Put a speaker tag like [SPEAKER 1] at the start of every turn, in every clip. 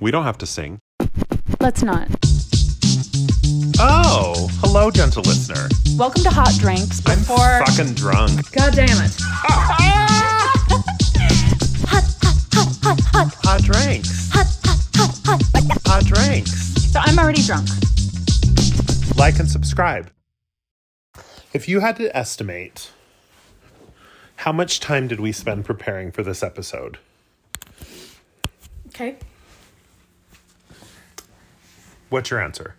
[SPEAKER 1] We don't have to sing.
[SPEAKER 2] Let's not.
[SPEAKER 1] Oh, hello, gentle listener.
[SPEAKER 2] Welcome to Hot Drinks.
[SPEAKER 1] I'm
[SPEAKER 2] Before.
[SPEAKER 1] fucking drunk.
[SPEAKER 2] God damn it.
[SPEAKER 1] Hot drinks. Hot drinks.
[SPEAKER 2] So I'm already drunk.
[SPEAKER 1] Like and subscribe. If you had to estimate, how much time did we spend preparing for this episode?
[SPEAKER 2] Okay.
[SPEAKER 1] What's your answer?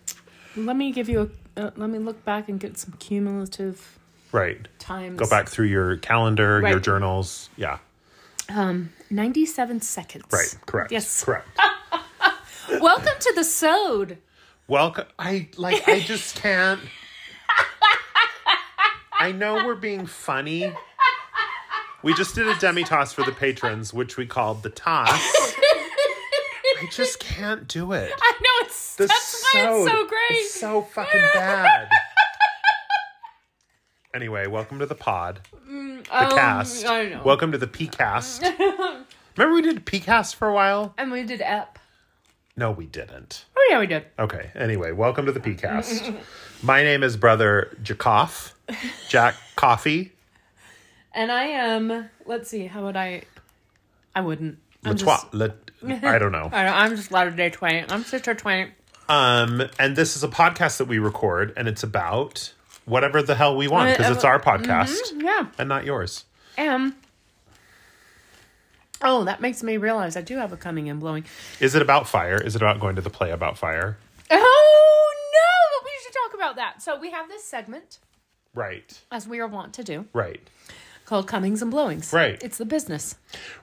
[SPEAKER 2] Let me give you a. Uh, let me look back and get some cumulative
[SPEAKER 1] Right.
[SPEAKER 2] times.
[SPEAKER 1] Go back through your calendar, your
[SPEAKER 2] Right.
[SPEAKER 1] journals. Yeah.
[SPEAKER 2] 97 seconds.
[SPEAKER 1] Right. Correct.
[SPEAKER 2] Yes.
[SPEAKER 1] Correct.
[SPEAKER 2] Welcome to the Sode.
[SPEAKER 1] Welcome. I like. I just can't. I know we're being funny. We just did a demi toss for the patrons, which we called the toss. I just can't do it.
[SPEAKER 2] I know it's.
[SPEAKER 1] The
[SPEAKER 2] that's why it's so
[SPEAKER 1] sode
[SPEAKER 2] great.
[SPEAKER 1] is so fucking bad. Anyway, welcome to the pod, the cast.
[SPEAKER 2] Um, I know.
[SPEAKER 1] Welcome to the P cast. Remember we did P cast for a while?
[SPEAKER 2] and we did Ep.
[SPEAKER 1] No, we didn't.
[SPEAKER 2] Oh, yeah, we did.
[SPEAKER 1] Okay. Anyway, welcome to the PCast. My name is Brother Jakoff, Jack Coffee.
[SPEAKER 2] And I am. Let's see. How would I. I wouldn't.
[SPEAKER 1] Le
[SPEAKER 2] I'm
[SPEAKER 1] Trois-
[SPEAKER 2] just,
[SPEAKER 1] Le- I don't know.
[SPEAKER 2] I don't, I'm just Latter day Twain. I'm Sister Twain.
[SPEAKER 1] Um, and this is a podcast that we record, and it's about whatever the hell we
[SPEAKER 2] Uh,
[SPEAKER 1] want because it's our
[SPEAKER 2] mm-hmm.
[SPEAKER 1] podcast
[SPEAKER 2] Yeah.
[SPEAKER 1] and not yours.
[SPEAKER 2] am. Oh, that makes me realize I do have a coming and blowing.
[SPEAKER 1] Is it about fire? Is it about going to the play about fire?
[SPEAKER 2] Oh no! We should talk about that. So we have this segment,
[SPEAKER 1] Right.
[SPEAKER 2] as we are wont to do,
[SPEAKER 1] Right.
[SPEAKER 2] called "Comings and Blowings."
[SPEAKER 1] Right.
[SPEAKER 2] It's the business.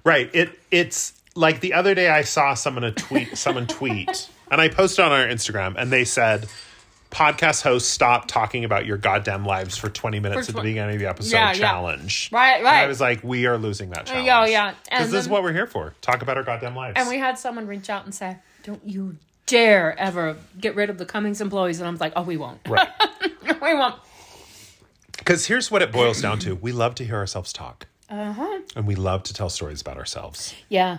[SPEAKER 1] Right. It it's like the other day I saw someone a tweet someone tweet and I posted on our Instagram and they said podcast hosts stop talking about your goddamn lives for 20 minutes
[SPEAKER 2] For
[SPEAKER 1] at the
[SPEAKER 2] twen-
[SPEAKER 1] beginning of the episode
[SPEAKER 2] Yeah, yeah.
[SPEAKER 1] challenge.
[SPEAKER 2] Right,
[SPEAKER 1] And I
[SPEAKER 2] right.
[SPEAKER 1] was like we are losing that challenge.
[SPEAKER 2] yeah, yeah. And
[SPEAKER 1] Cuz this is
[SPEAKER 2] then-
[SPEAKER 1] what we're here for. Talk about our goddamn lives.
[SPEAKER 2] And we had someone reach out and say, "Don't you dare ever get rid of the Cummings employees." And I'm like, "Oh, we won't.
[SPEAKER 1] right.
[SPEAKER 2] we won't."
[SPEAKER 1] Cuz here's what it boils down to. We love to hear ourselves talk
[SPEAKER 2] Uh huh.
[SPEAKER 1] and we love to tell stories about ourselves.
[SPEAKER 2] Yeah.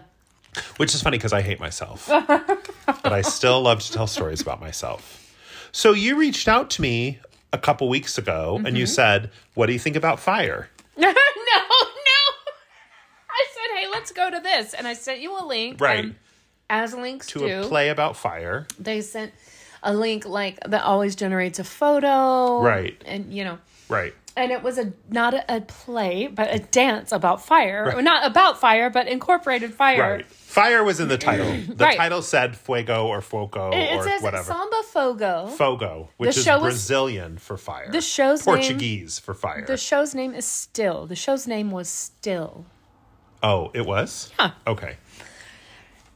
[SPEAKER 1] Which is funny because I hate myself. but I still love to tell stories about myself. So you reached out to me a couple weeks ago and
[SPEAKER 2] Mm-hmm.
[SPEAKER 1] you said, What do you think about fire?
[SPEAKER 2] no, no. I said, "Hey, let's go to this," and I sent you a link.
[SPEAKER 1] Right.
[SPEAKER 2] um, as links
[SPEAKER 1] To
[SPEAKER 2] do.
[SPEAKER 1] a play about fire.
[SPEAKER 2] they sent a link like that always generates a photo
[SPEAKER 1] Right.
[SPEAKER 2] and you know
[SPEAKER 1] Right.
[SPEAKER 2] and it was a not a, a play but a dance about fire Well, not about fire but incorporated fire
[SPEAKER 1] Right. Fire was in the title. The
[SPEAKER 2] Right.
[SPEAKER 1] title said Fuego or Foco
[SPEAKER 2] it, it
[SPEAKER 1] or
[SPEAKER 2] says
[SPEAKER 1] whatever.
[SPEAKER 2] samba fogo
[SPEAKER 1] Fogo, which
[SPEAKER 2] The
[SPEAKER 1] is
[SPEAKER 2] show was-
[SPEAKER 1] Brazilian for fire.
[SPEAKER 2] the show's name
[SPEAKER 1] Portuguese for fire.
[SPEAKER 2] the show's name is still the show's name was still
[SPEAKER 1] oh, it was?
[SPEAKER 2] Yeah.
[SPEAKER 1] Okay.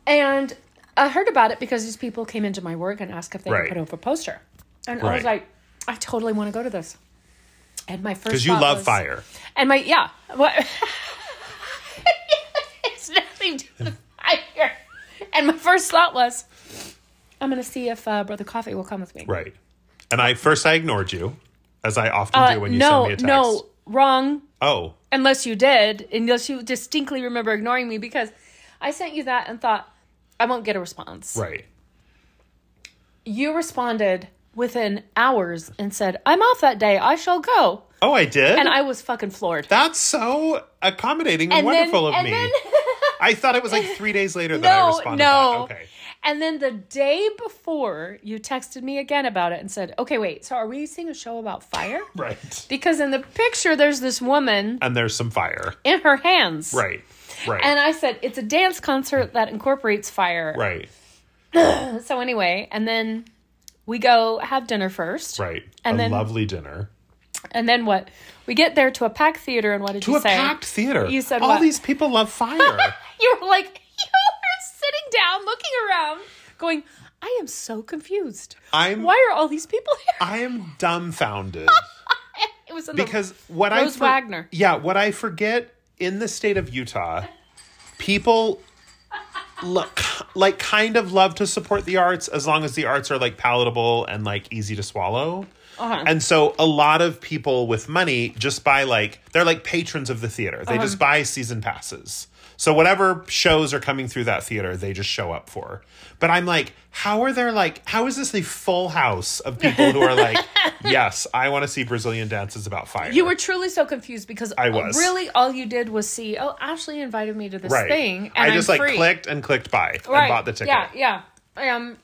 [SPEAKER 2] and i heard about it because these people came into my work and asked if they
[SPEAKER 1] Right.
[SPEAKER 2] could put up a poster and i was
[SPEAKER 1] Right.
[SPEAKER 2] like i totally want to go to this and my first
[SPEAKER 1] Because you
[SPEAKER 2] thought
[SPEAKER 1] love
[SPEAKER 2] was-
[SPEAKER 1] fire.
[SPEAKER 2] And my yeah, what? it's nothing to the fire. And my first thought was, I'm gonna see if uh, Brother Coffee will come with me.
[SPEAKER 1] Right. And I first I ignored you, as I often
[SPEAKER 2] Uh,
[SPEAKER 1] do when you
[SPEAKER 2] no,
[SPEAKER 1] send me a text.
[SPEAKER 2] no, wrong.
[SPEAKER 1] Oh,
[SPEAKER 2] Unless you did, unless you distinctly remember ignoring me because I sent you that and thought I won't get a response.
[SPEAKER 1] right.
[SPEAKER 2] You responded within hours and said, "I'm off that day. I shall go."
[SPEAKER 1] Oh, I did.
[SPEAKER 2] And I was fucking floored.
[SPEAKER 1] That's so accommodating and,
[SPEAKER 2] And then-
[SPEAKER 1] wonderful of
[SPEAKER 2] and
[SPEAKER 1] me.
[SPEAKER 2] then-
[SPEAKER 1] I thought it was like three days later that I
[SPEAKER 2] No,
[SPEAKER 1] responded.
[SPEAKER 2] no.
[SPEAKER 1] Back. Okay.
[SPEAKER 2] And then the day before, you texted me again about it and said, "Okay, wait. So are we seeing a show about fire?"
[SPEAKER 1] Right.
[SPEAKER 2] Because in the picture, there's this woman
[SPEAKER 1] And there's some fire.
[SPEAKER 2] in her hands.
[SPEAKER 1] Right. Right.
[SPEAKER 2] And I said, "It's a dance concert that incorporates fire."
[SPEAKER 1] right.
[SPEAKER 2] So anyway, and then we go have dinner first,
[SPEAKER 1] Right.
[SPEAKER 2] And
[SPEAKER 1] a
[SPEAKER 2] then-
[SPEAKER 1] lovely dinner.
[SPEAKER 2] and then what? We get there to a packed theater, and what did
[SPEAKER 1] To
[SPEAKER 2] you
[SPEAKER 1] a
[SPEAKER 2] say?
[SPEAKER 1] packed theater.
[SPEAKER 2] You said
[SPEAKER 1] all
[SPEAKER 2] what?
[SPEAKER 1] these people love fire.
[SPEAKER 2] you were like, you were sitting down, looking around, going, "I am so confused.
[SPEAKER 1] I'm-
[SPEAKER 2] Why are all these people here?"
[SPEAKER 1] I am dumbfounded
[SPEAKER 2] it was in the-
[SPEAKER 1] because what I
[SPEAKER 2] Rose Wagner.
[SPEAKER 1] Yeah, what I forget in the state of Utah, people look like kind of love to support the arts as long as the arts are like palatable and like easy to swallow.
[SPEAKER 2] Uh-huh.
[SPEAKER 1] And so a lot of
[SPEAKER 2] Uh-huh.
[SPEAKER 1] people with money just buy like they're like patrons of the theater. They just buy season passes. So whatever shows are coming through that theater, they just show up for. But I'm like, how are there like how is this the full house of people who are like, yes, I want to see Brazilian dances about fire.
[SPEAKER 2] You were truly so confused because
[SPEAKER 1] I was.
[SPEAKER 2] really all you did was see, oh, Ashley invited me to this
[SPEAKER 1] right.
[SPEAKER 2] thing. And
[SPEAKER 1] I
[SPEAKER 2] I'm
[SPEAKER 1] just like
[SPEAKER 2] free.
[SPEAKER 1] clicked and clicked buy
[SPEAKER 2] right.
[SPEAKER 1] and bought the ticket.
[SPEAKER 2] Yeah, yeah. Um,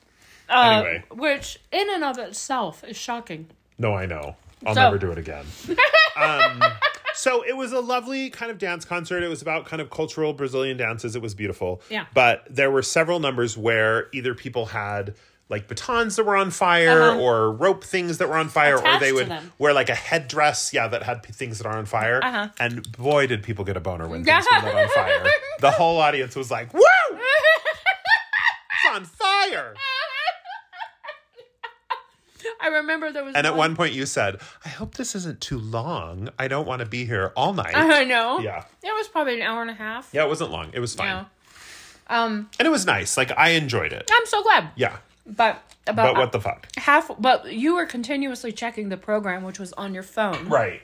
[SPEAKER 2] uh,
[SPEAKER 1] Anyway.
[SPEAKER 2] Which, in and of itself, is shocking.
[SPEAKER 1] No, I know. I'll
[SPEAKER 2] So-
[SPEAKER 1] never do it again. um, so it was a lovely kind of dance concert. It was about kind of cultural Brazilian dances. It was beautiful.
[SPEAKER 2] Yeah.
[SPEAKER 1] But there were several numbers where either people had like batons that were on fire
[SPEAKER 2] Uh-huh.
[SPEAKER 1] or rope things that were on fire
[SPEAKER 2] Attached
[SPEAKER 1] or they
[SPEAKER 2] to
[SPEAKER 1] would
[SPEAKER 2] them.
[SPEAKER 1] wear like a headdress yeah that had p- things that are on fire
[SPEAKER 2] Uh-huh.
[SPEAKER 1] and boy did people get a boner when
[SPEAKER 2] Yeah.
[SPEAKER 1] things were lit on fire the whole audience was like woo it's on fire
[SPEAKER 2] I remember there was.
[SPEAKER 1] and at one point you said i hope this isn't too long i don't want to be here all night
[SPEAKER 2] Uh-huh, I know.
[SPEAKER 1] Yeah.
[SPEAKER 2] It was probably an hour and a half.
[SPEAKER 1] Yeah, it wasn't long. It was fine.
[SPEAKER 2] Yeah. Um,
[SPEAKER 1] And it was nice. Like I enjoyed it.
[SPEAKER 2] I'm so glad.
[SPEAKER 1] Yeah.
[SPEAKER 2] But about
[SPEAKER 1] But what the fuck?
[SPEAKER 2] half, but you were continuously checking the program, which was on your phone,
[SPEAKER 1] Right.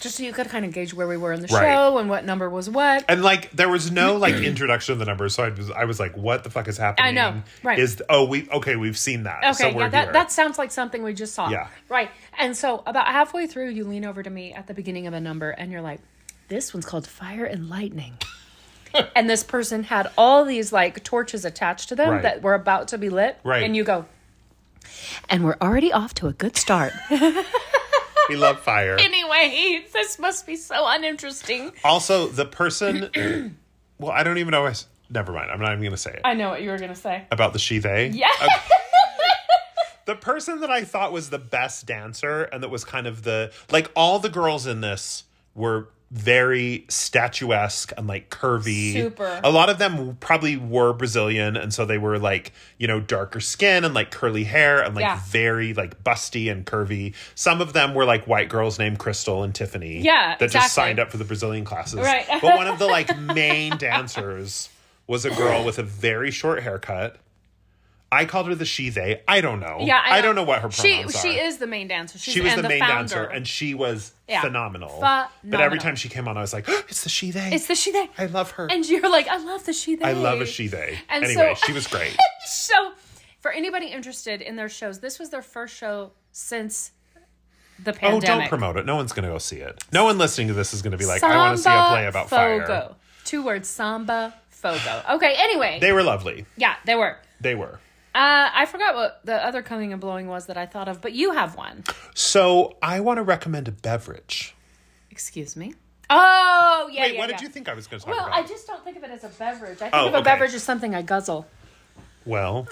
[SPEAKER 2] just so you could kind of gauge where we were in the
[SPEAKER 1] Right.
[SPEAKER 2] show and what number was what.
[SPEAKER 1] And like there was no like introduction of the numbers, so I was I was like, what the fuck is happening?
[SPEAKER 2] I know. Right.
[SPEAKER 1] Is oh we okay, we've seen that.
[SPEAKER 2] Okay,
[SPEAKER 1] so we're
[SPEAKER 2] yeah, that,
[SPEAKER 1] here.
[SPEAKER 2] that sounds like something we just saw.
[SPEAKER 1] Yeah.
[SPEAKER 2] Right. And so about halfway through, you lean over to me at the beginning of a number and you're like, this one's called Fire and Lightning. and this person had all these like torches attached to them
[SPEAKER 1] Right.
[SPEAKER 2] that were about to be lit.
[SPEAKER 1] Right.
[SPEAKER 2] And you go, and we're already off to a good start.
[SPEAKER 1] we love fire.
[SPEAKER 2] anyway, this must be so uninteresting.
[SPEAKER 1] also, the person Well, I don't even know I s- never mind, I'm not even gonna say it.
[SPEAKER 2] I know what you were going to say.
[SPEAKER 1] About the she they.
[SPEAKER 2] Yeah.
[SPEAKER 1] the person that I thought was the best dancer and that was kind of the like all the girls in this were very statuesque and like curvy.
[SPEAKER 2] Super.
[SPEAKER 1] A lot of them probably were Brazilian and so they were like, you know, darker skin and like curly hair and like
[SPEAKER 2] Yeah.
[SPEAKER 1] very like busty and curvy. Some of them were like white girls named Crystal and Tiffany.
[SPEAKER 2] Yeah,
[SPEAKER 1] That
[SPEAKER 2] exactly.
[SPEAKER 1] just signed up for the Brazilian classes.
[SPEAKER 2] Right.
[SPEAKER 1] but one of the like main dancers was a girl with a very short haircut. I called her the she they. I don't know.
[SPEAKER 2] Yeah,
[SPEAKER 1] I, don't know what her
[SPEAKER 2] she,
[SPEAKER 1] pronouns
[SPEAKER 2] She
[SPEAKER 1] are.
[SPEAKER 2] is the main dancer. She's,
[SPEAKER 1] She was
[SPEAKER 2] and
[SPEAKER 1] the, main
[SPEAKER 2] founder.
[SPEAKER 1] dancer, and she was
[SPEAKER 2] Yeah.
[SPEAKER 1] phenomenal. But every
[SPEAKER 2] Phenomenal.
[SPEAKER 1] time she came on, I was like, "It's the she they."
[SPEAKER 2] it's the she they.
[SPEAKER 1] I love her.
[SPEAKER 2] And you're like, I love the she they.
[SPEAKER 1] I love a she they.
[SPEAKER 2] And
[SPEAKER 1] anyway,
[SPEAKER 2] so-
[SPEAKER 1] she was great.
[SPEAKER 2] So, for anybody interested in their shows, this was their first show since the
[SPEAKER 1] oh,
[SPEAKER 2] pandemic.
[SPEAKER 1] don't promote it. No one's gonna go see it. No one listening to this is gonna be like, "I want to see a play about
[SPEAKER 2] Fogo.
[SPEAKER 1] fire."
[SPEAKER 2] Two words: samba fogo. Okay. Anyway,
[SPEAKER 1] They were lovely.
[SPEAKER 2] yeah, they were.
[SPEAKER 1] They were.
[SPEAKER 2] Uh, I forgot what the other coming and blowing was that I thought of, but you have one.
[SPEAKER 1] So I want to recommend a beverage.
[SPEAKER 2] Excuse me. Oh yeah.
[SPEAKER 1] Wait,
[SPEAKER 2] yeah,
[SPEAKER 1] what
[SPEAKER 2] yeah.
[SPEAKER 1] did you think I was gonna talk
[SPEAKER 2] Well,
[SPEAKER 1] about?
[SPEAKER 2] I just don't think of it as a beverage. I think
[SPEAKER 1] Oh,
[SPEAKER 2] of a
[SPEAKER 1] okay.
[SPEAKER 2] beverage as something I guzzle.
[SPEAKER 1] Well.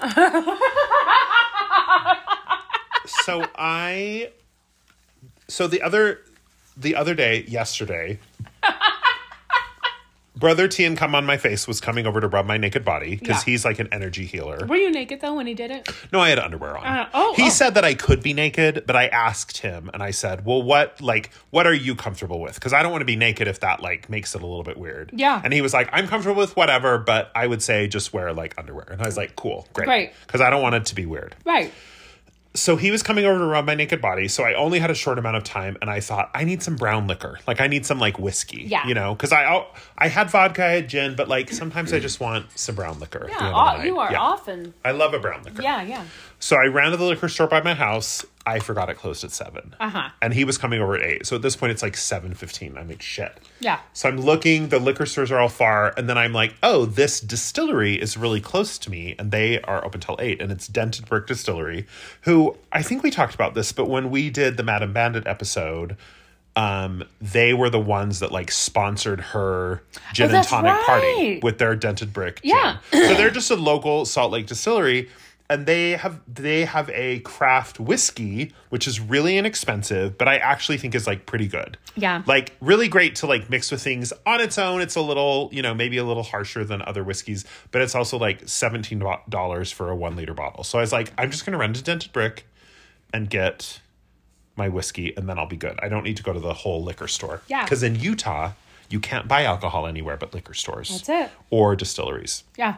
[SPEAKER 1] so I so the other the other day, yesterday, Brother T and Come on My Face was coming over to rub my naked body because
[SPEAKER 2] Yeah.
[SPEAKER 1] he's like an energy healer.
[SPEAKER 2] Were you naked though when he did it?
[SPEAKER 1] No, I had underwear on.
[SPEAKER 2] Uh, oh,
[SPEAKER 1] he
[SPEAKER 2] oh.
[SPEAKER 1] said that I could be naked, but I asked him and I said, "Well, what like what are you comfortable with? Because I don't want to be naked if that like makes it a little bit weird."
[SPEAKER 2] Yeah.
[SPEAKER 1] And he was like, "I'm comfortable with whatever, but I would say just wear like underwear." And I was like, "Cool, great,"
[SPEAKER 2] Great.
[SPEAKER 1] because I don't want it to be weird.
[SPEAKER 2] Right.
[SPEAKER 1] So he was coming over to rub my naked body, so I only had a short amount of time, and I thought I need some brown liquor, like I need some like whiskey,
[SPEAKER 2] Yeah.
[SPEAKER 1] you know, because I I'll- I had vodka, I had gin, but like sometimes I just want some brown liquor. at the end
[SPEAKER 2] Yeah.
[SPEAKER 1] of the
[SPEAKER 2] all-
[SPEAKER 1] night.
[SPEAKER 2] you are
[SPEAKER 1] Yeah.
[SPEAKER 2] often.
[SPEAKER 1] I love a brown liquor.
[SPEAKER 2] Yeah. Yeah.
[SPEAKER 1] So I ran to the liquor store by my house. I forgot it closed at seven.
[SPEAKER 2] Uh-huh.
[SPEAKER 1] And he was coming over at eight. So at this point, it's like seven fifteen. I'm like, shit.
[SPEAKER 2] Yeah.
[SPEAKER 1] So I'm looking. The liquor stores are all far, and then I'm like, oh, this distillery is really close to me, and they are open till eight. And it's Dented Brick Distillery, who I think we talked about this, but when we did the Madam Bandit episode. Um, they were the ones that like sponsored her gin and
[SPEAKER 2] Oh, that's
[SPEAKER 1] tonic party
[SPEAKER 2] right.
[SPEAKER 1] with their dented brick.
[SPEAKER 2] Yeah.
[SPEAKER 1] gin. so they're just a local Salt Lake distillery, and they have they have a craft whiskey which is really inexpensive, but I actually think is like pretty good.
[SPEAKER 2] Yeah.
[SPEAKER 1] like really great to like mix with things on its own. It's a little you know maybe a little harsher than other whiskeys, but it's also like seventeen dollars for a one liter bottle. So I was like, I'm just gonna rent a dented brick and get my whiskey and then I'll be good. I don't need to go to the whole liquor store.
[SPEAKER 2] Yeah.
[SPEAKER 1] Because in Utah, you can't buy alcohol anywhere but liquor stores.
[SPEAKER 2] That's it.
[SPEAKER 1] Or distilleries.
[SPEAKER 2] Yeah.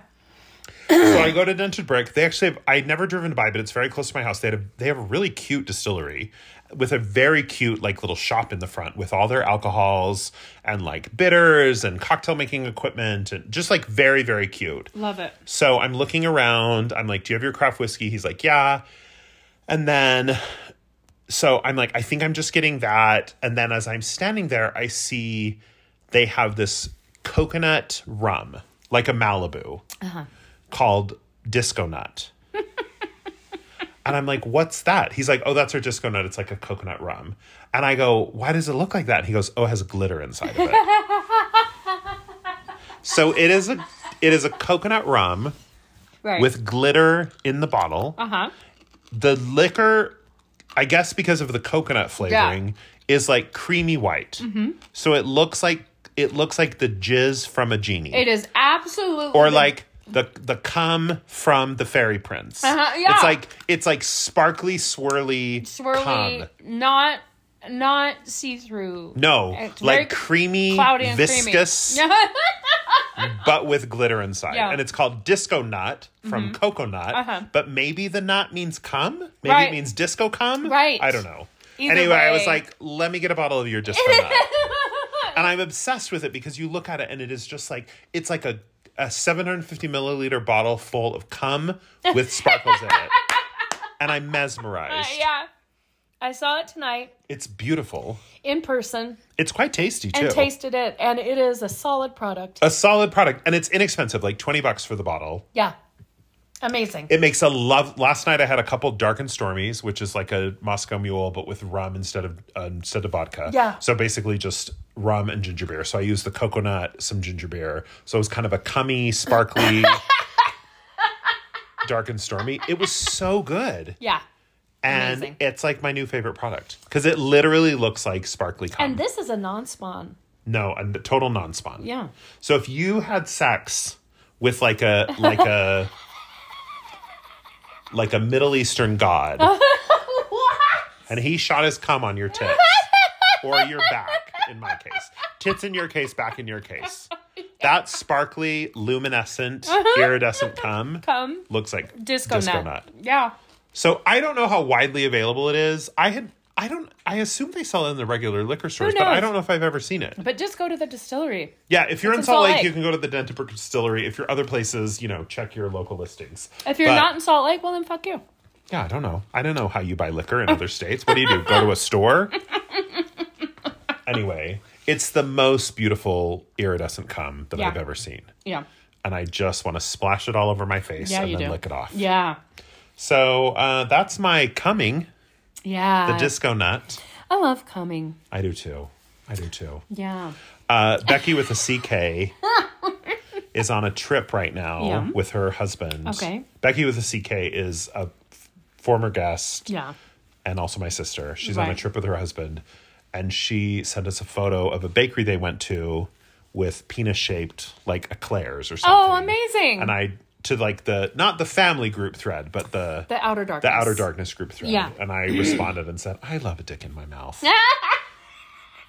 [SPEAKER 1] so I go to Dented Brick. They actually have, I'd never driven by, but it's very close to my house. They had a, they have a really cute distillery with a very cute like little shop in the front with all their alcohols and like bitters and cocktail making equipment and just like very very cute.
[SPEAKER 2] Love it.
[SPEAKER 1] So I'm looking around. I'm like, "Do you have your craft whiskey?" He's like, "Yeah." And then so I'm like, "I think I'm just getting that." And then as I'm standing there, I see they have this coconut rum, like a Malibu called Disco Nut. and I'm like, what's that? He's like, oh, that's our Disco Nut. It's like a coconut rum. And I go, why does it look like that? And he goes, oh, it has glitter inside of it. so it is a it is a coconut rum
[SPEAKER 2] Right.
[SPEAKER 1] with glitter in the bottle.
[SPEAKER 2] uh huh.
[SPEAKER 1] The liquor, I guess because of the coconut flavoring, is like creamy white.
[SPEAKER 2] Mm-hmm.
[SPEAKER 1] So it looks like it looks like the jizz from a genie
[SPEAKER 2] It is absolutely
[SPEAKER 1] or like the the cum from the fairy prince.
[SPEAKER 2] Uh-huh, yeah.
[SPEAKER 1] It's like it's like sparkly, swirly, cum.
[SPEAKER 2] swirly, not not see through.
[SPEAKER 1] No,
[SPEAKER 2] It's very
[SPEAKER 1] like creamy,
[SPEAKER 2] cloudy and
[SPEAKER 1] viscous,
[SPEAKER 2] creamy.
[SPEAKER 1] but with glitter inside,
[SPEAKER 2] Yeah.
[SPEAKER 1] and it's called disco nut from cocoa nut.
[SPEAKER 2] Uh-huh.
[SPEAKER 1] But maybe the nut means cum. Maybe
[SPEAKER 2] Right.
[SPEAKER 1] it means disco cum.
[SPEAKER 2] Right.
[SPEAKER 1] I don't know.
[SPEAKER 2] Either
[SPEAKER 1] anyway, I was
[SPEAKER 2] way.
[SPEAKER 1] like, let me get a bottle of your disco nut. and I'm obsessed with it because you look at it and it is just like it's like a a 750 milliliter bottle full of cum with sparkles in it, and I'm mesmerized.
[SPEAKER 2] Uh, yeah, I saw it tonight
[SPEAKER 1] It's beautiful.
[SPEAKER 2] in person
[SPEAKER 1] It's quite tasty too.
[SPEAKER 2] and tasted it, and it is a solid product.
[SPEAKER 1] a solid product, and it's inexpensive, like 20 bucks for the bottle.
[SPEAKER 2] yeah, amazing.
[SPEAKER 1] It makes a love. Last night I had a couple dark and stormies, which is like a Moscow Mule but with rum instead of uh, instead of vodka.
[SPEAKER 2] Yeah.
[SPEAKER 1] So basically just rum and ginger beer. So I used the coconut, some ginger beer. So it was kind of a cummy, sparkly, dark and stormy. It was so good,
[SPEAKER 2] yeah,
[SPEAKER 1] and
[SPEAKER 2] Amazing.
[SPEAKER 1] it's like my new favorite product because it literally looks like sparkly cum.
[SPEAKER 2] and this is a non-spawn.
[SPEAKER 1] no, and the total non-spawn.
[SPEAKER 2] Yeah,
[SPEAKER 1] So if you had sex with like a like a like a Middle Eastern god and he shot his cum on your tits or your back in my case. Tits in your case, back in your case. That sparkly, luminescent, iridescent cum
[SPEAKER 2] come
[SPEAKER 1] looks like
[SPEAKER 2] disco, nut. Yeah,
[SPEAKER 1] So I don't know how widely available it is. I had I don't I assume they sell it in the regular liquor stores, but I
[SPEAKER 2] knows?
[SPEAKER 1] don't know if I've ever seen it.
[SPEAKER 2] but just go to the distillery.
[SPEAKER 1] Yeah, if you're in
[SPEAKER 2] in
[SPEAKER 1] Salt
[SPEAKER 2] Salt
[SPEAKER 1] Lake,
[SPEAKER 2] Lake.
[SPEAKER 1] you can go to the Dentabrook Distillery. If you're other places, you know, check your local listings.
[SPEAKER 2] If you're
[SPEAKER 1] But-
[SPEAKER 2] not in Salt Lake, well then fuck you.
[SPEAKER 1] yeah, I don't know. I don't know how you buy liquor in other states. What do you do? Go to a store? anyway, it's the most beautiful iridescent cum that
[SPEAKER 2] Yeah.
[SPEAKER 1] I've ever seen.
[SPEAKER 2] Yeah,
[SPEAKER 1] And I just want to splash it all over my face
[SPEAKER 2] yeah,
[SPEAKER 1] and
[SPEAKER 2] you
[SPEAKER 1] then
[SPEAKER 2] do.
[SPEAKER 1] lick it off.
[SPEAKER 2] Yeah,
[SPEAKER 1] So uh, that's my coming,
[SPEAKER 2] yeah.
[SPEAKER 1] the disco nut.
[SPEAKER 2] I love coming.
[SPEAKER 1] I do too. I do too.
[SPEAKER 2] Yeah.
[SPEAKER 1] Uh, Becky with a CK is on a trip right now
[SPEAKER 2] Yeah.
[SPEAKER 1] with her husband.
[SPEAKER 2] Okay.
[SPEAKER 1] Becky with a CK is a f- former guest
[SPEAKER 2] Yeah.
[SPEAKER 1] and also my sister. She's on a
[SPEAKER 2] Right.
[SPEAKER 1] trip with her husband and she sent us a photo of a bakery they went to with penis shaped like eclairs or something.
[SPEAKER 2] Oh, amazing.
[SPEAKER 1] And I to like the not the family group thread, but the
[SPEAKER 2] the outer darkness.
[SPEAKER 1] the outer darkness group thread.
[SPEAKER 2] Yeah.
[SPEAKER 1] And I responded and said, I love a dick in my mouth.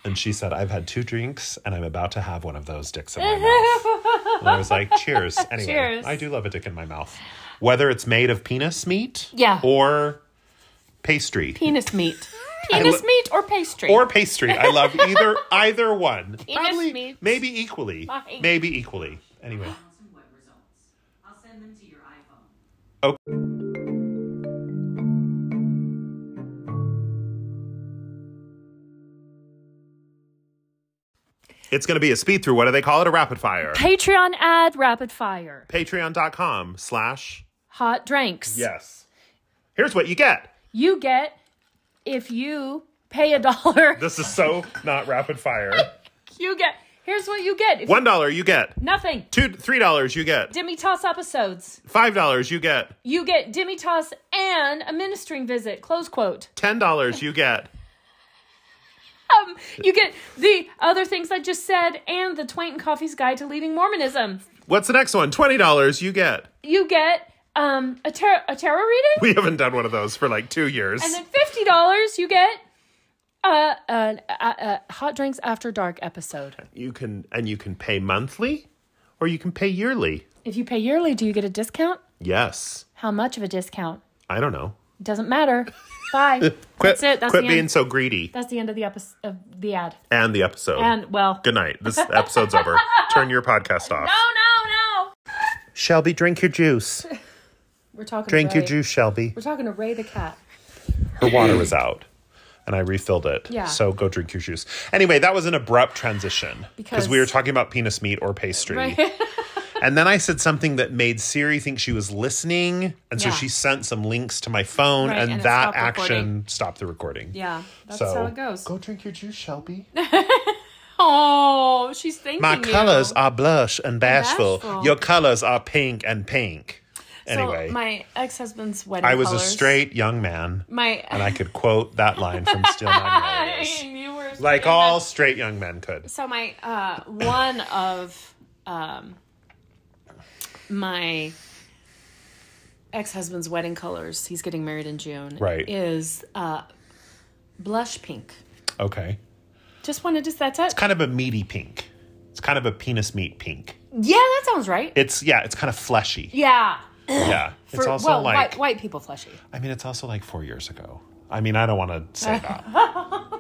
[SPEAKER 1] and she said, I've had two drinks and I'm about to have one of those dicks in my mouth. and I was like, cheers. Anyway,
[SPEAKER 2] Cheers.
[SPEAKER 1] I do love a dick in my mouth. Whether it's made of penis meat
[SPEAKER 2] Yeah.
[SPEAKER 1] or pastry.
[SPEAKER 2] Penis meat. Penis
[SPEAKER 1] lo-
[SPEAKER 2] meat or pastry.
[SPEAKER 1] or pastry. I love either either one.
[SPEAKER 2] Penis meat.
[SPEAKER 1] maybe equally.
[SPEAKER 2] Fine.
[SPEAKER 1] Maybe equally. Anyway.
[SPEAKER 3] some web results. I'll send them to your iPhone.
[SPEAKER 1] It's gonna be a speed through. What do they call it? A rapid fire.
[SPEAKER 2] Patreon ad rapid fire.
[SPEAKER 1] Patreon.com slash
[SPEAKER 2] Hot drinks.
[SPEAKER 1] Yes. Here's what you get.
[SPEAKER 2] You get if you pay a dollar,
[SPEAKER 1] This is so not rapid fire.
[SPEAKER 2] you get here's what you get. If
[SPEAKER 1] One dollar you get.
[SPEAKER 2] nothing.
[SPEAKER 1] Two three dollars you get.
[SPEAKER 2] Demi Toss episodes.
[SPEAKER 1] Five dollars you get.
[SPEAKER 2] You get Demi Toss and a ministering visit. Close quote.
[SPEAKER 1] Ten dollars you get.
[SPEAKER 2] Um, you get the other things I just said and the Twain and Coffee's Guide to Leaving Mormonism.
[SPEAKER 1] What's the next one? Twenty dollars you get.
[SPEAKER 2] You get um, a, tar- a tarot reading.
[SPEAKER 1] We haven't done one of those for like two years.
[SPEAKER 2] And then fifty dollars, you get uh, a, a, a hot drinks after dark episode.
[SPEAKER 1] you can and you can pay monthly or you can pay yearly.
[SPEAKER 2] If you pay yearly, do you get a discount?
[SPEAKER 1] Yes.
[SPEAKER 2] How much of a discount?
[SPEAKER 1] I don't know.
[SPEAKER 2] Doesn't matter. Bye.
[SPEAKER 1] Quit,
[SPEAKER 2] That's it. That's
[SPEAKER 1] quit
[SPEAKER 2] the
[SPEAKER 1] being
[SPEAKER 2] end.
[SPEAKER 1] so greedy.
[SPEAKER 2] That's the end of the episode of the ad.
[SPEAKER 1] And the episode.
[SPEAKER 2] And well,
[SPEAKER 1] Good night. This episode's over. Turn your podcast off.
[SPEAKER 2] no, no, no.
[SPEAKER 1] Shelby, drink your juice.
[SPEAKER 2] We're talking.
[SPEAKER 1] Drink
[SPEAKER 2] to
[SPEAKER 1] your
[SPEAKER 2] Ray.
[SPEAKER 1] juice, Shelby.
[SPEAKER 2] We're talking to Ray the cat.
[SPEAKER 1] Her water was out. And I refilled it.
[SPEAKER 2] Yeah.
[SPEAKER 1] So go drink your juice. Anyway, that was an abrupt transition because
[SPEAKER 2] Because-
[SPEAKER 1] we were talking about penis meat or pastry.
[SPEAKER 2] Right.
[SPEAKER 1] And then I said something that made Siri think she was listening. And so
[SPEAKER 2] Yeah.
[SPEAKER 1] she sent some links to my phone,
[SPEAKER 2] Right,
[SPEAKER 1] and,
[SPEAKER 2] and it
[SPEAKER 1] that
[SPEAKER 2] stopped
[SPEAKER 1] action
[SPEAKER 2] recording.
[SPEAKER 1] stopped the recording.
[SPEAKER 2] Yeah, that's
[SPEAKER 1] So,
[SPEAKER 2] how it goes.
[SPEAKER 1] Go drink your juice, Shelby.
[SPEAKER 2] Oh, she's thinking.
[SPEAKER 1] My colors are blush and bashful.
[SPEAKER 2] bashful.
[SPEAKER 1] Your colors are pink and pink. anyway,
[SPEAKER 2] my ex-husband's wedding.
[SPEAKER 1] I was a
[SPEAKER 2] colours-
[SPEAKER 1] straight young man,
[SPEAKER 2] My
[SPEAKER 1] and I could quote that line from Steel Magnolias.
[SPEAKER 2] you were
[SPEAKER 1] Like
[SPEAKER 2] saying
[SPEAKER 1] all
[SPEAKER 2] that.
[SPEAKER 1] straight young men could.
[SPEAKER 2] So my uh, one of um, my ex-husband's wedding colors. He's getting married in June.
[SPEAKER 1] Right.
[SPEAKER 2] Is uh, blush pink.
[SPEAKER 1] Okay.
[SPEAKER 2] Just wanted to. That's it.
[SPEAKER 1] Kind of a meaty pink. It's kind of a penis meat pink.
[SPEAKER 2] Yeah, that sounds right.
[SPEAKER 1] It's yeah, it's kind of fleshy.
[SPEAKER 2] yeah.
[SPEAKER 1] Yeah. It's
[SPEAKER 2] For-
[SPEAKER 1] also
[SPEAKER 2] well,
[SPEAKER 1] like
[SPEAKER 2] white, white people fleshy.
[SPEAKER 1] I mean, it's also like four years ago. I mean, I don't want to say that.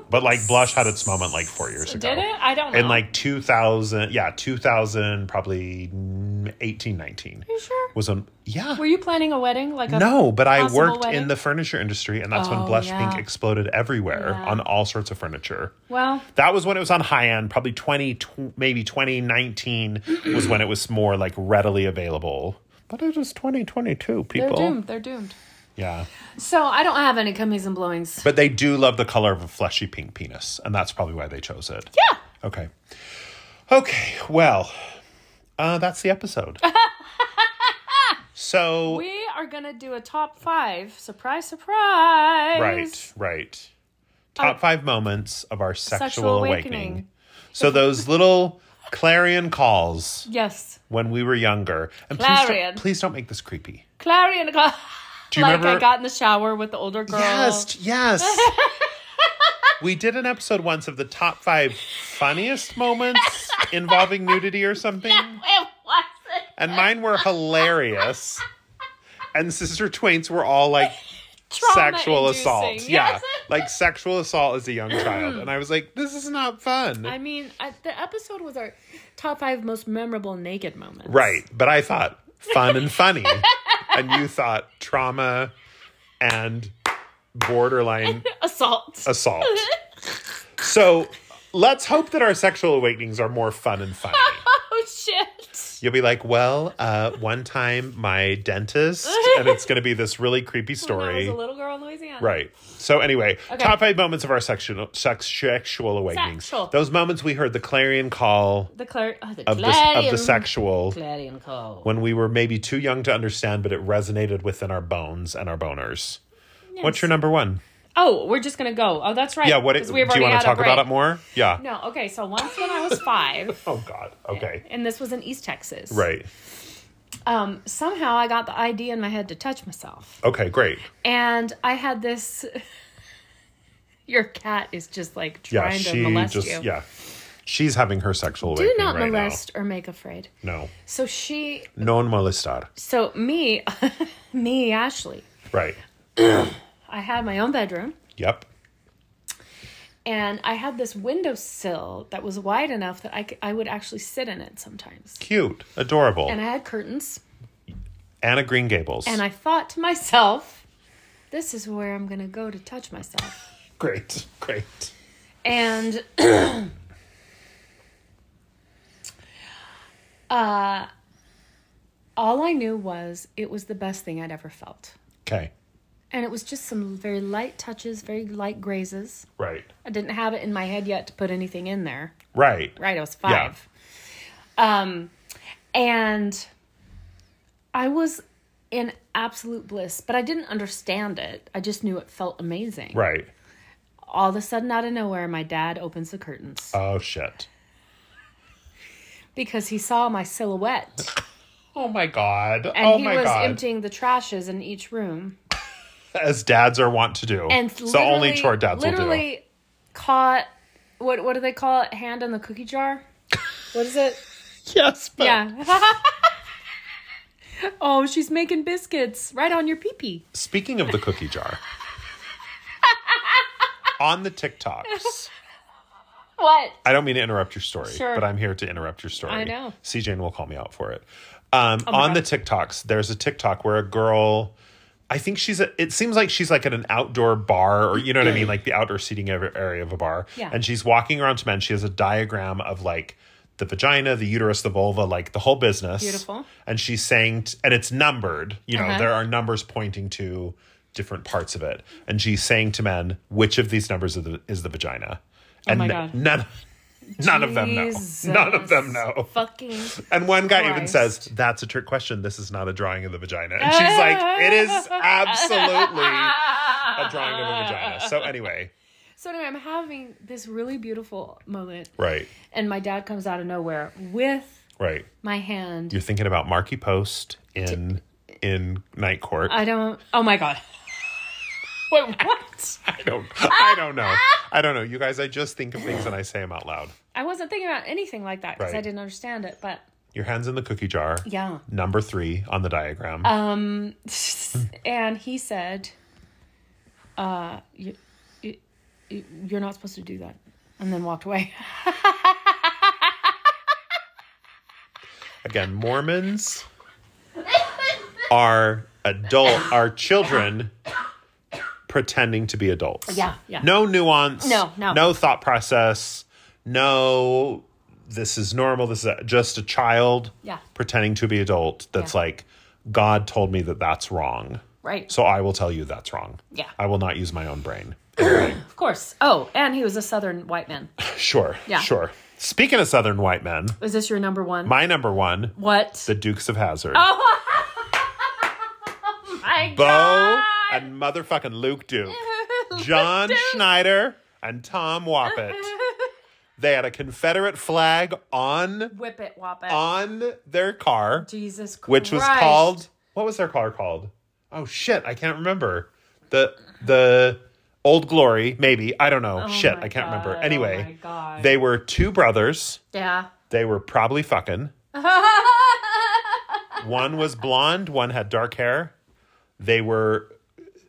[SPEAKER 1] but like Blush had its moment like four years ago.
[SPEAKER 2] Did it? I don't know.
[SPEAKER 1] In like 2000, yeah, 2000, probably mm, 18, 19.
[SPEAKER 2] Are you sure?
[SPEAKER 1] Was a, yeah.
[SPEAKER 2] Were you planning a wedding? Like a
[SPEAKER 1] no, but I
[SPEAKER 2] possible
[SPEAKER 1] worked
[SPEAKER 2] wedding?
[SPEAKER 1] in the furniture industry and that's when
[SPEAKER 2] Oh,
[SPEAKER 1] Blush
[SPEAKER 2] yeah.
[SPEAKER 1] Pink exploded everywhere
[SPEAKER 2] Yeah.
[SPEAKER 1] on all sorts of furniture.
[SPEAKER 2] Well,
[SPEAKER 1] That was when it was on high end, probably 20, tw- maybe 2019 was when it was more like readily available. But it is 2022,
[SPEAKER 2] they're
[SPEAKER 1] people.
[SPEAKER 2] doomed. They're doomed.
[SPEAKER 1] Yeah.
[SPEAKER 2] So I don't have any gummies and blowings.
[SPEAKER 1] But they do love the color of a fleshy pink penis, and that's probably why they chose it.
[SPEAKER 2] Yeah.
[SPEAKER 1] Okay. Okay. Well, uh, that's the episode. so
[SPEAKER 2] We are gonna do a top five. Surprise, surprise.
[SPEAKER 1] right, right. Top five moments of our sexual,
[SPEAKER 2] Sexual
[SPEAKER 1] awakening.
[SPEAKER 2] awakening.
[SPEAKER 1] So those little clarion calls
[SPEAKER 2] Yes.
[SPEAKER 1] when we were younger, and please don't,
[SPEAKER 2] Clarion.
[SPEAKER 1] please don't make this creepy.
[SPEAKER 2] Clarion. Do
[SPEAKER 1] Do you
[SPEAKER 2] like
[SPEAKER 1] remember?
[SPEAKER 2] I got in the shower with the older girl.
[SPEAKER 1] Yes, yes. we did an episode once of the top five funniest moments involving nudity or something,
[SPEAKER 2] It wasn't.
[SPEAKER 1] and mine were hilarious. And Sister Twain's were all like sexual
[SPEAKER 2] Trauma-inducing.
[SPEAKER 1] assault. Yeah,
[SPEAKER 2] Yes.
[SPEAKER 1] like sexual assault as a young child. And I was like, this is not fun.
[SPEAKER 2] I mean, I, the episode was our top five most memorable naked moments.
[SPEAKER 1] right. But I thought fun and funny. and you thought trauma and borderline
[SPEAKER 2] Assault.
[SPEAKER 1] assault. So let's hope that our sexual awakenings are more fun and funny.
[SPEAKER 2] oh shit.
[SPEAKER 1] You'll be like, well, uh, one time my dentist, and it's going to be this really creepy
[SPEAKER 2] When I was
[SPEAKER 1] story.
[SPEAKER 2] a little girl in Louisiana.
[SPEAKER 1] Right. So anyway,
[SPEAKER 2] Okay.
[SPEAKER 1] top five moments of our sexual sex, sexual awakenings.
[SPEAKER 2] Sexual.
[SPEAKER 1] Those moments we heard the clarion call
[SPEAKER 2] The clar- oh, the
[SPEAKER 1] of the,
[SPEAKER 2] clarion.
[SPEAKER 1] of the sexual
[SPEAKER 2] Clarion call.
[SPEAKER 1] when we were maybe too young to understand, but it resonated within our bones and our boners. What's your number one?
[SPEAKER 2] Oh, we're just gonna go. Oh, that's right.
[SPEAKER 1] Yeah. What? It,
[SPEAKER 2] 'cause
[SPEAKER 1] do
[SPEAKER 2] we've
[SPEAKER 1] you
[SPEAKER 2] already
[SPEAKER 1] want
[SPEAKER 2] had
[SPEAKER 1] to
[SPEAKER 2] a
[SPEAKER 1] talk about
[SPEAKER 2] break.
[SPEAKER 1] it more? Yeah.
[SPEAKER 2] No. Okay. So once when I was five,
[SPEAKER 1] Oh God. Okay.
[SPEAKER 2] and this was in East Texas.
[SPEAKER 1] Right.
[SPEAKER 2] Um, somehow I got the idea in my head to touch myself,
[SPEAKER 1] Okay, great.
[SPEAKER 2] and I had this. Your cat is just like
[SPEAKER 1] Yeah,
[SPEAKER 2] trying to
[SPEAKER 1] she
[SPEAKER 2] molest
[SPEAKER 1] just
[SPEAKER 2] you.
[SPEAKER 1] yeah. She's having her sexual
[SPEAKER 2] Do
[SPEAKER 1] awakening
[SPEAKER 2] not
[SPEAKER 1] right
[SPEAKER 2] molest or make afraid.
[SPEAKER 1] now.
[SPEAKER 2] So she,
[SPEAKER 1] No. Non molestar.
[SPEAKER 2] so me, me Ashley.
[SPEAKER 1] Right.
[SPEAKER 2] I had my own bedroom.
[SPEAKER 1] Yep.
[SPEAKER 2] And I had this windowsill that was wide enough that I, c- I would actually sit in it sometimes.
[SPEAKER 1] Cute. Adorable.
[SPEAKER 2] And I had curtains.
[SPEAKER 1] Anna Green Gables.
[SPEAKER 2] And I thought to myself, this is where I'm going to go to touch myself.
[SPEAKER 1] great. Great.
[SPEAKER 2] And uh, all I knew was it was the best thing I'd ever felt.
[SPEAKER 1] Okay.
[SPEAKER 2] And it was just some very light touches, very light grazes.
[SPEAKER 1] Right.
[SPEAKER 2] I didn't have it in my head yet to put anything in there.
[SPEAKER 1] Right.
[SPEAKER 2] Right, I was
[SPEAKER 1] Yeah.
[SPEAKER 2] five. Um, and I was in absolute bliss, but I didn't understand it. I just knew it felt amazing.
[SPEAKER 1] Right.
[SPEAKER 2] All of a sudden, out of nowhere, my dad opens the curtains
[SPEAKER 1] Oh shit.
[SPEAKER 2] because he saw my silhouette,
[SPEAKER 1] Oh my god.
[SPEAKER 2] and
[SPEAKER 1] oh
[SPEAKER 2] he
[SPEAKER 1] my
[SPEAKER 2] was
[SPEAKER 1] god.
[SPEAKER 2] emptying the trashes in each room,
[SPEAKER 1] As dads are wont to do.
[SPEAKER 2] and
[SPEAKER 1] it's the only
[SPEAKER 2] literally-
[SPEAKER 1] chore dads will do.
[SPEAKER 2] literally caught what what do they call it? Hand in the cookie jar. What is it?
[SPEAKER 1] Yes, but
[SPEAKER 2] Yeah. Oh, she's making biscuits right on your pee pee.
[SPEAKER 1] Speaking of the cookie jar, on the TikToks,
[SPEAKER 2] What?
[SPEAKER 1] I don't mean to interrupt your story,
[SPEAKER 2] Sure.
[SPEAKER 1] but I'm here to interrupt your story.
[SPEAKER 2] I know. Oh
[SPEAKER 1] CJ will call me out for it. Um,
[SPEAKER 2] my
[SPEAKER 1] on
[SPEAKER 2] God.
[SPEAKER 1] the TikToks, there's a TikTok where a girl, I think she's, a, it seems like she's like at an outdoor bar or, you know what I mean? Like the outdoor seating area- area of a bar.
[SPEAKER 2] Yeah.
[SPEAKER 1] And she's walking around to men. She has a diagram of like the vagina, the uterus, the vulva, like the whole business.
[SPEAKER 2] Beautiful.
[SPEAKER 1] And she's saying, t- and it's numbered, you know,
[SPEAKER 2] Uh-huh.
[SPEAKER 1] there are numbers pointing to different parts of it. And she's saying to men, which of these numbers is the, is the vagina?
[SPEAKER 2] Oh
[SPEAKER 1] and
[SPEAKER 2] my
[SPEAKER 1] n-
[SPEAKER 2] God.
[SPEAKER 1] none, none of them know. None of them
[SPEAKER 2] Jesus
[SPEAKER 1] know.
[SPEAKER 2] Fucking.
[SPEAKER 1] And one guy even
[SPEAKER 2] Christ.
[SPEAKER 1] says, "That's a trick question. This is not a drawing of the vagina." And she's like, "It is absolutely a drawing of a vagina." So anyway,
[SPEAKER 2] So anyway, I'm having this really beautiful moment,
[SPEAKER 1] right,
[SPEAKER 2] and my dad comes out of nowhere with
[SPEAKER 1] right.
[SPEAKER 2] my hand.
[SPEAKER 1] You're thinking about Marky Post in in Night Court.
[SPEAKER 2] I don't. Oh my god. Wait, what?
[SPEAKER 1] I don't. I don't know. I don't know. You guys, I just think of things and I say them out loud.
[SPEAKER 2] I wasn't thinking about anything like that because I
[SPEAKER 1] Right.
[SPEAKER 2] didn't understand it. But
[SPEAKER 1] Your hands in the cookie jar.
[SPEAKER 2] yeah.
[SPEAKER 1] Number three on the diagram.
[SPEAKER 2] Um, and he said, uh, you, you, you- you're not supposed to do that. And then walked away.
[SPEAKER 1] Again, Mormons are adult are children pretending to be adults.
[SPEAKER 2] Yeah, yeah.
[SPEAKER 1] No nuance.
[SPEAKER 2] No, no.
[SPEAKER 1] No thought process. No this is normal. This is a, just a child
[SPEAKER 2] Yeah.
[SPEAKER 1] pretending to be adult that's
[SPEAKER 2] Yeah.
[SPEAKER 1] like God told me that that's wrong.
[SPEAKER 2] Right.
[SPEAKER 1] So I will tell you that's wrong.
[SPEAKER 2] Yeah.
[SPEAKER 1] I will not use my own brain.
[SPEAKER 2] Of course. Oh, and he was a southern white man.
[SPEAKER 1] Sure.
[SPEAKER 2] Yeah.
[SPEAKER 1] Sure. Speaking of southern white men,
[SPEAKER 2] Is this your number one?
[SPEAKER 1] my number 1,
[SPEAKER 2] what?
[SPEAKER 1] the Dukes of Hazard.
[SPEAKER 2] My
[SPEAKER 1] Bo
[SPEAKER 2] God.
[SPEAKER 1] and motherfucking Luke Duke, John Schneider, and Tom Wappett. They had a Confederate flag on
[SPEAKER 2] Whip it, whop it.
[SPEAKER 1] on their car,
[SPEAKER 2] Jesus Christ.
[SPEAKER 1] which was called what was their car called? Oh shit, I can't remember. The the Old Glory, maybe I don't know. shit,
[SPEAKER 2] my
[SPEAKER 1] I can't remember.
[SPEAKER 2] God, oh my
[SPEAKER 1] Anyway,
[SPEAKER 2] God.
[SPEAKER 1] they were two brothers.
[SPEAKER 2] Yeah.
[SPEAKER 1] They were probably fucking. one was blonde, one had dark hair. They were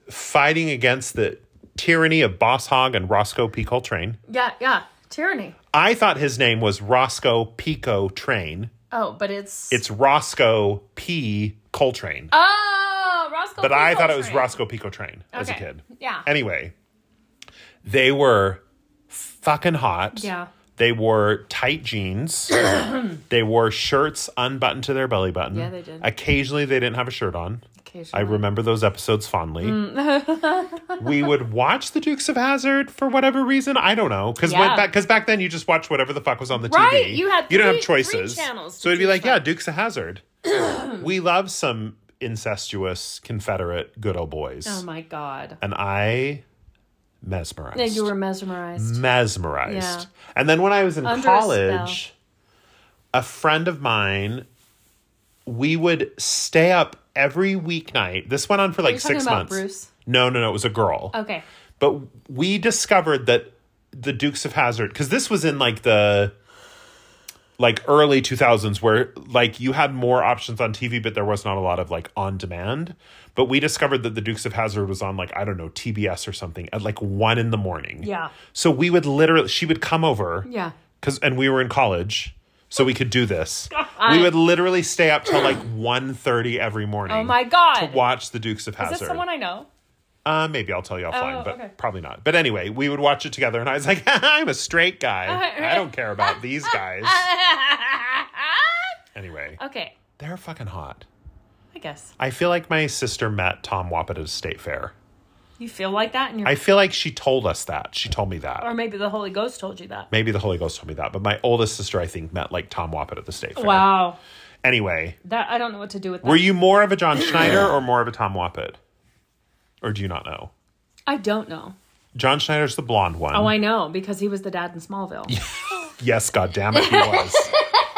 [SPEAKER 1] fighting against the tyranny of Boss Hog and Roscoe P. Coltrane.
[SPEAKER 2] Yeah, yeah. Tyranny.
[SPEAKER 1] I thought his name was Roscoe Pico Train.
[SPEAKER 2] Oh, but it's
[SPEAKER 1] It's Roscoe P. Coltrane.
[SPEAKER 2] Oh, Roscoe.
[SPEAKER 1] but I thought it was
[SPEAKER 2] Coltrane.
[SPEAKER 1] Roscoe Pico Train as a
[SPEAKER 2] Okay.
[SPEAKER 1] kid.
[SPEAKER 2] Yeah.
[SPEAKER 1] Anyway, they were fucking hot.
[SPEAKER 2] Yeah.
[SPEAKER 1] They wore tight jeans. they wore shirts unbuttoned to their belly button.
[SPEAKER 2] Yeah, they did.
[SPEAKER 1] Occasionally, they didn't have a shirt on. I
[SPEAKER 2] Occasionally.
[SPEAKER 1] remember those episodes fondly.
[SPEAKER 2] Mm.
[SPEAKER 1] we would watch The Dukes of Hazard for whatever reason. I don't know because
[SPEAKER 2] Yeah.
[SPEAKER 1] back because back then you just watched whatever the fuck was on the
[SPEAKER 2] Right,
[SPEAKER 1] TV.
[SPEAKER 2] you had
[SPEAKER 1] you don't have
[SPEAKER 2] three- three
[SPEAKER 1] choices.
[SPEAKER 2] channels to
[SPEAKER 1] so it'd be
[SPEAKER 2] choose
[SPEAKER 1] like,
[SPEAKER 2] from.
[SPEAKER 1] yeah, Dukes of Hazard. we love some incestuous Confederate good old boys,
[SPEAKER 2] Oh my god.
[SPEAKER 1] and I
[SPEAKER 2] Yeah,
[SPEAKER 1] mesmerized
[SPEAKER 2] you were
[SPEAKER 1] Mm,
[SPEAKER 2] mesmerized.
[SPEAKER 1] mesmerized.
[SPEAKER 2] Yeah.
[SPEAKER 1] And then when I was in
[SPEAKER 2] Under a
[SPEAKER 1] college, a friend of mine, we would stay up every weeknight. This went on for like
[SPEAKER 2] you talking
[SPEAKER 1] six
[SPEAKER 2] about
[SPEAKER 1] months.
[SPEAKER 2] Bruce?
[SPEAKER 1] No, no, no. It was a girl.
[SPEAKER 2] Okay.
[SPEAKER 1] But we discovered that the Dukes of Hazard, because this was in like the like early 2000s where like you had more options on TV but there was not a lot of like on demand but we discovered that the Dukes of Hazard was on like I don't know TBS or something at like 1 in the morning
[SPEAKER 2] Yeah.
[SPEAKER 1] so we would literally, she would come over.
[SPEAKER 2] Yeah.
[SPEAKER 1] Cause, and we were in college, so we could do this. We would literally stay up till like 1.30 every morning.
[SPEAKER 2] Oh my god.
[SPEAKER 1] To watch the Dukes of
[SPEAKER 2] Is
[SPEAKER 1] Hazard.
[SPEAKER 2] this someone I know?
[SPEAKER 1] uh, maybe I'll tell you offline,
[SPEAKER 2] Oh,
[SPEAKER 1] but
[SPEAKER 2] okay.
[SPEAKER 1] probably not. But anyway, we would watch it together, and I was like, I'm a straight guy. I don't care about these guys. Anyway,
[SPEAKER 2] okay.
[SPEAKER 1] they're fucking hot.
[SPEAKER 2] I guess.
[SPEAKER 1] I feel like my sister met Tom Wappett at a state fair.
[SPEAKER 2] You feel like that and you're
[SPEAKER 1] I feel like she told us that. She told me that.
[SPEAKER 2] or maybe the Holy Ghost told you that.
[SPEAKER 1] Maybe the Holy Ghost told me that, but my oldest sister, I think, met like Tom Wappett at the state fair.
[SPEAKER 2] Wow.
[SPEAKER 1] Anyway,
[SPEAKER 2] That I don't know what to do with that.
[SPEAKER 1] were you more of a John Schneider or more of a Tom Wappett? Or do you not know?
[SPEAKER 2] I don't know.
[SPEAKER 1] John Schneider's the blonde one.
[SPEAKER 2] Oh, I know because he was the dad in Smallville.
[SPEAKER 1] yes, God damn it, he was.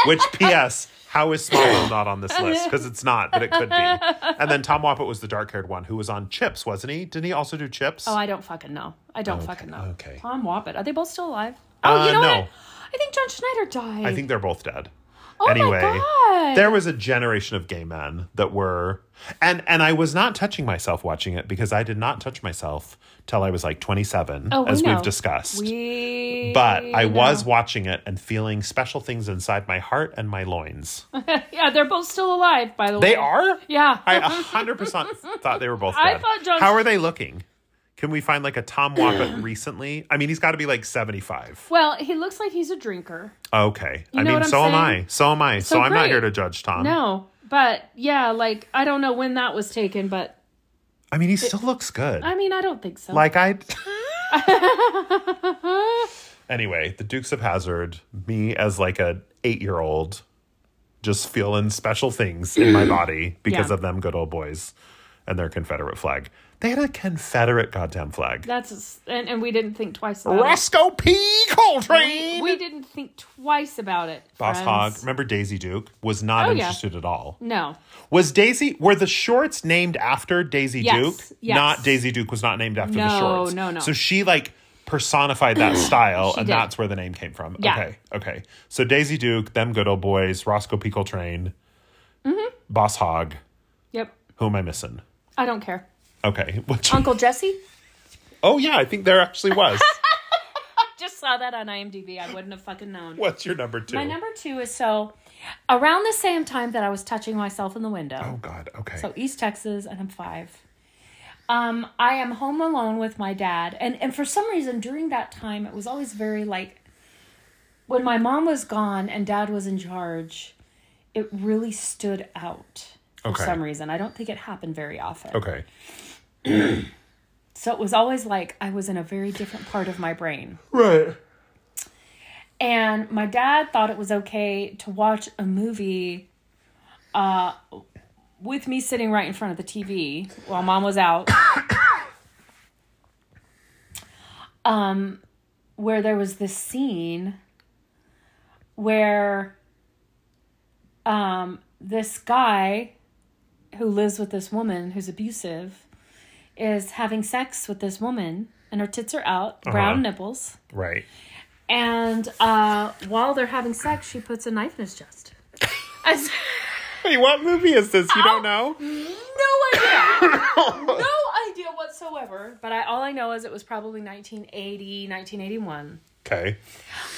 [SPEAKER 1] Which, P.S., how is Smallville not on this list? Because it's not, but it could be. And then Tom Wappett was the dark-haired one who was on Chips, wasn't he? Didn't he also do Chips?
[SPEAKER 2] Oh, I don't fucking know. I don't fucking know.
[SPEAKER 1] okay.
[SPEAKER 2] Tom Wappett. Are they both still alive? Oh,
[SPEAKER 1] Uh,
[SPEAKER 2] you know
[SPEAKER 1] no.
[SPEAKER 2] what? I think John Schneider died.
[SPEAKER 1] I think they're both dead.
[SPEAKER 2] Oh my
[SPEAKER 1] anyway,
[SPEAKER 2] God.
[SPEAKER 1] there was a generation of gay men that were, and and I was not touching myself watching it because I did not touch myself till I was like 27,
[SPEAKER 2] Oh, we
[SPEAKER 1] as
[SPEAKER 2] know.
[SPEAKER 1] we've discussed.
[SPEAKER 2] We
[SPEAKER 1] but I was
[SPEAKER 2] know.
[SPEAKER 1] watching it and feeling special things inside my heart and my loins.
[SPEAKER 2] Yeah, they're both still alive, by the way.
[SPEAKER 1] They are.
[SPEAKER 2] Yeah.
[SPEAKER 1] I 100% thought they were both.
[SPEAKER 2] I
[SPEAKER 1] dead.
[SPEAKER 2] thought John-
[SPEAKER 1] How are they looking? Can we find like a Tom Wappett recently? I mean, he's got to be like 75.
[SPEAKER 2] well, he looks like he's a drinker.
[SPEAKER 1] Okay. I
[SPEAKER 2] know
[SPEAKER 1] mean,
[SPEAKER 2] what I'm
[SPEAKER 1] so am
[SPEAKER 2] saying?
[SPEAKER 1] I. So am I. So, I'm not
[SPEAKER 2] great.
[SPEAKER 1] here to judge Tom.
[SPEAKER 2] No, but yeah, like I don't know when that was taken, but
[SPEAKER 1] I mean, he still looks good.
[SPEAKER 2] I mean, I don't think so.
[SPEAKER 1] like I. anyway, the Dukes of Hazard. Me as like a eight year old, just feeling special things in my body because
[SPEAKER 2] Yeah.
[SPEAKER 1] of them good old boys, and their Confederate flag. They had a Confederate goddamn flag.
[SPEAKER 2] that's a s and, and we didn't think twice about
[SPEAKER 1] Roscoe P. Coltrane.
[SPEAKER 2] it. Um, We didn't think twice about it.
[SPEAKER 1] Boss
[SPEAKER 2] friends.
[SPEAKER 1] Hog. Remember Daisy Duke was not
[SPEAKER 2] Oh, yeah.
[SPEAKER 1] interested at all.
[SPEAKER 2] No,
[SPEAKER 1] Was Daisy were the shorts named after Daisy
[SPEAKER 2] Yes,
[SPEAKER 1] Duke?
[SPEAKER 2] yes.
[SPEAKER 1] Not Daisy Duke was not named after
[SPEAKER 2] No,
[SPEAKER 1] the shorts.
[SPEAKER 2] no, no.
[SPEAKER 1] So she like personified that style and
[SPEAKER 2] did.
[SPEAKER 1] that's where the name came from.
[SPEAKER 2] Yeah.
[SPEAKER 1] Okay. Okay. So Daisy Duke, them good old boys, Roscoe P. Coltrane,
[SPEAKER 2] Mm-hmm.
[SPEAKER 1] Boss Hog.
[SPEAKER 2] yep,
[SPEAKER 1] Who am I missing?
[SPEAKER 2] I don't care.
[SPEAKER 1] Okay. Which-
[SPEAKER 2] Uncle Jesse.
[SPEAKER 1] oh yeah, I think there actually was.
[SPEAKER 2] Just saw that on IMDb. I wouldn't have fucking known.
[SPEAKER 1] What's your number two?
[SPEAKER 2] My number two is so around the same time that I was touching myself in the window.
[SPEAKER 1] oh God. Okay.
[SPEAKER 2] So East Texas, and I'm five. Um, I am home alone with my dad, and and for some reason during that time it was always very like when my mom was gone and dad was in charge, it really stood out for
[SPEAKER 1] Okay.
[SPEAKER 2] some reason. I don't think it happened very often.
[SPEAKER 1] okay.
[SPEAKER 2] So it was always like I was in a very different part of my brain.
[SPEAKER 1] Right.
[SPEAKER 2] and my dad thought it was okay to watch a movie uh, with me sitting right in front of the TV while mom was out. um, Um, where there was this scene where um, this guy who lives with this woman who's abusive is having sex with this woman, and her tits are out, brown
[SPEAKER 1] Uh-huh.
[SPEAKER 2] nipples.
[SPEAKER 1] Right.
[SPEAKER 2] And uh, while they're having sex, she puts a knife in his chest. I s-
[SPEAKER 1] Hey, what movie is this? You don't know?
[SPEAKER 2] no idea. no idea whatsoever. But I, all I know is it was probably 1980, 1981.
[SPEAKER 1] Okay.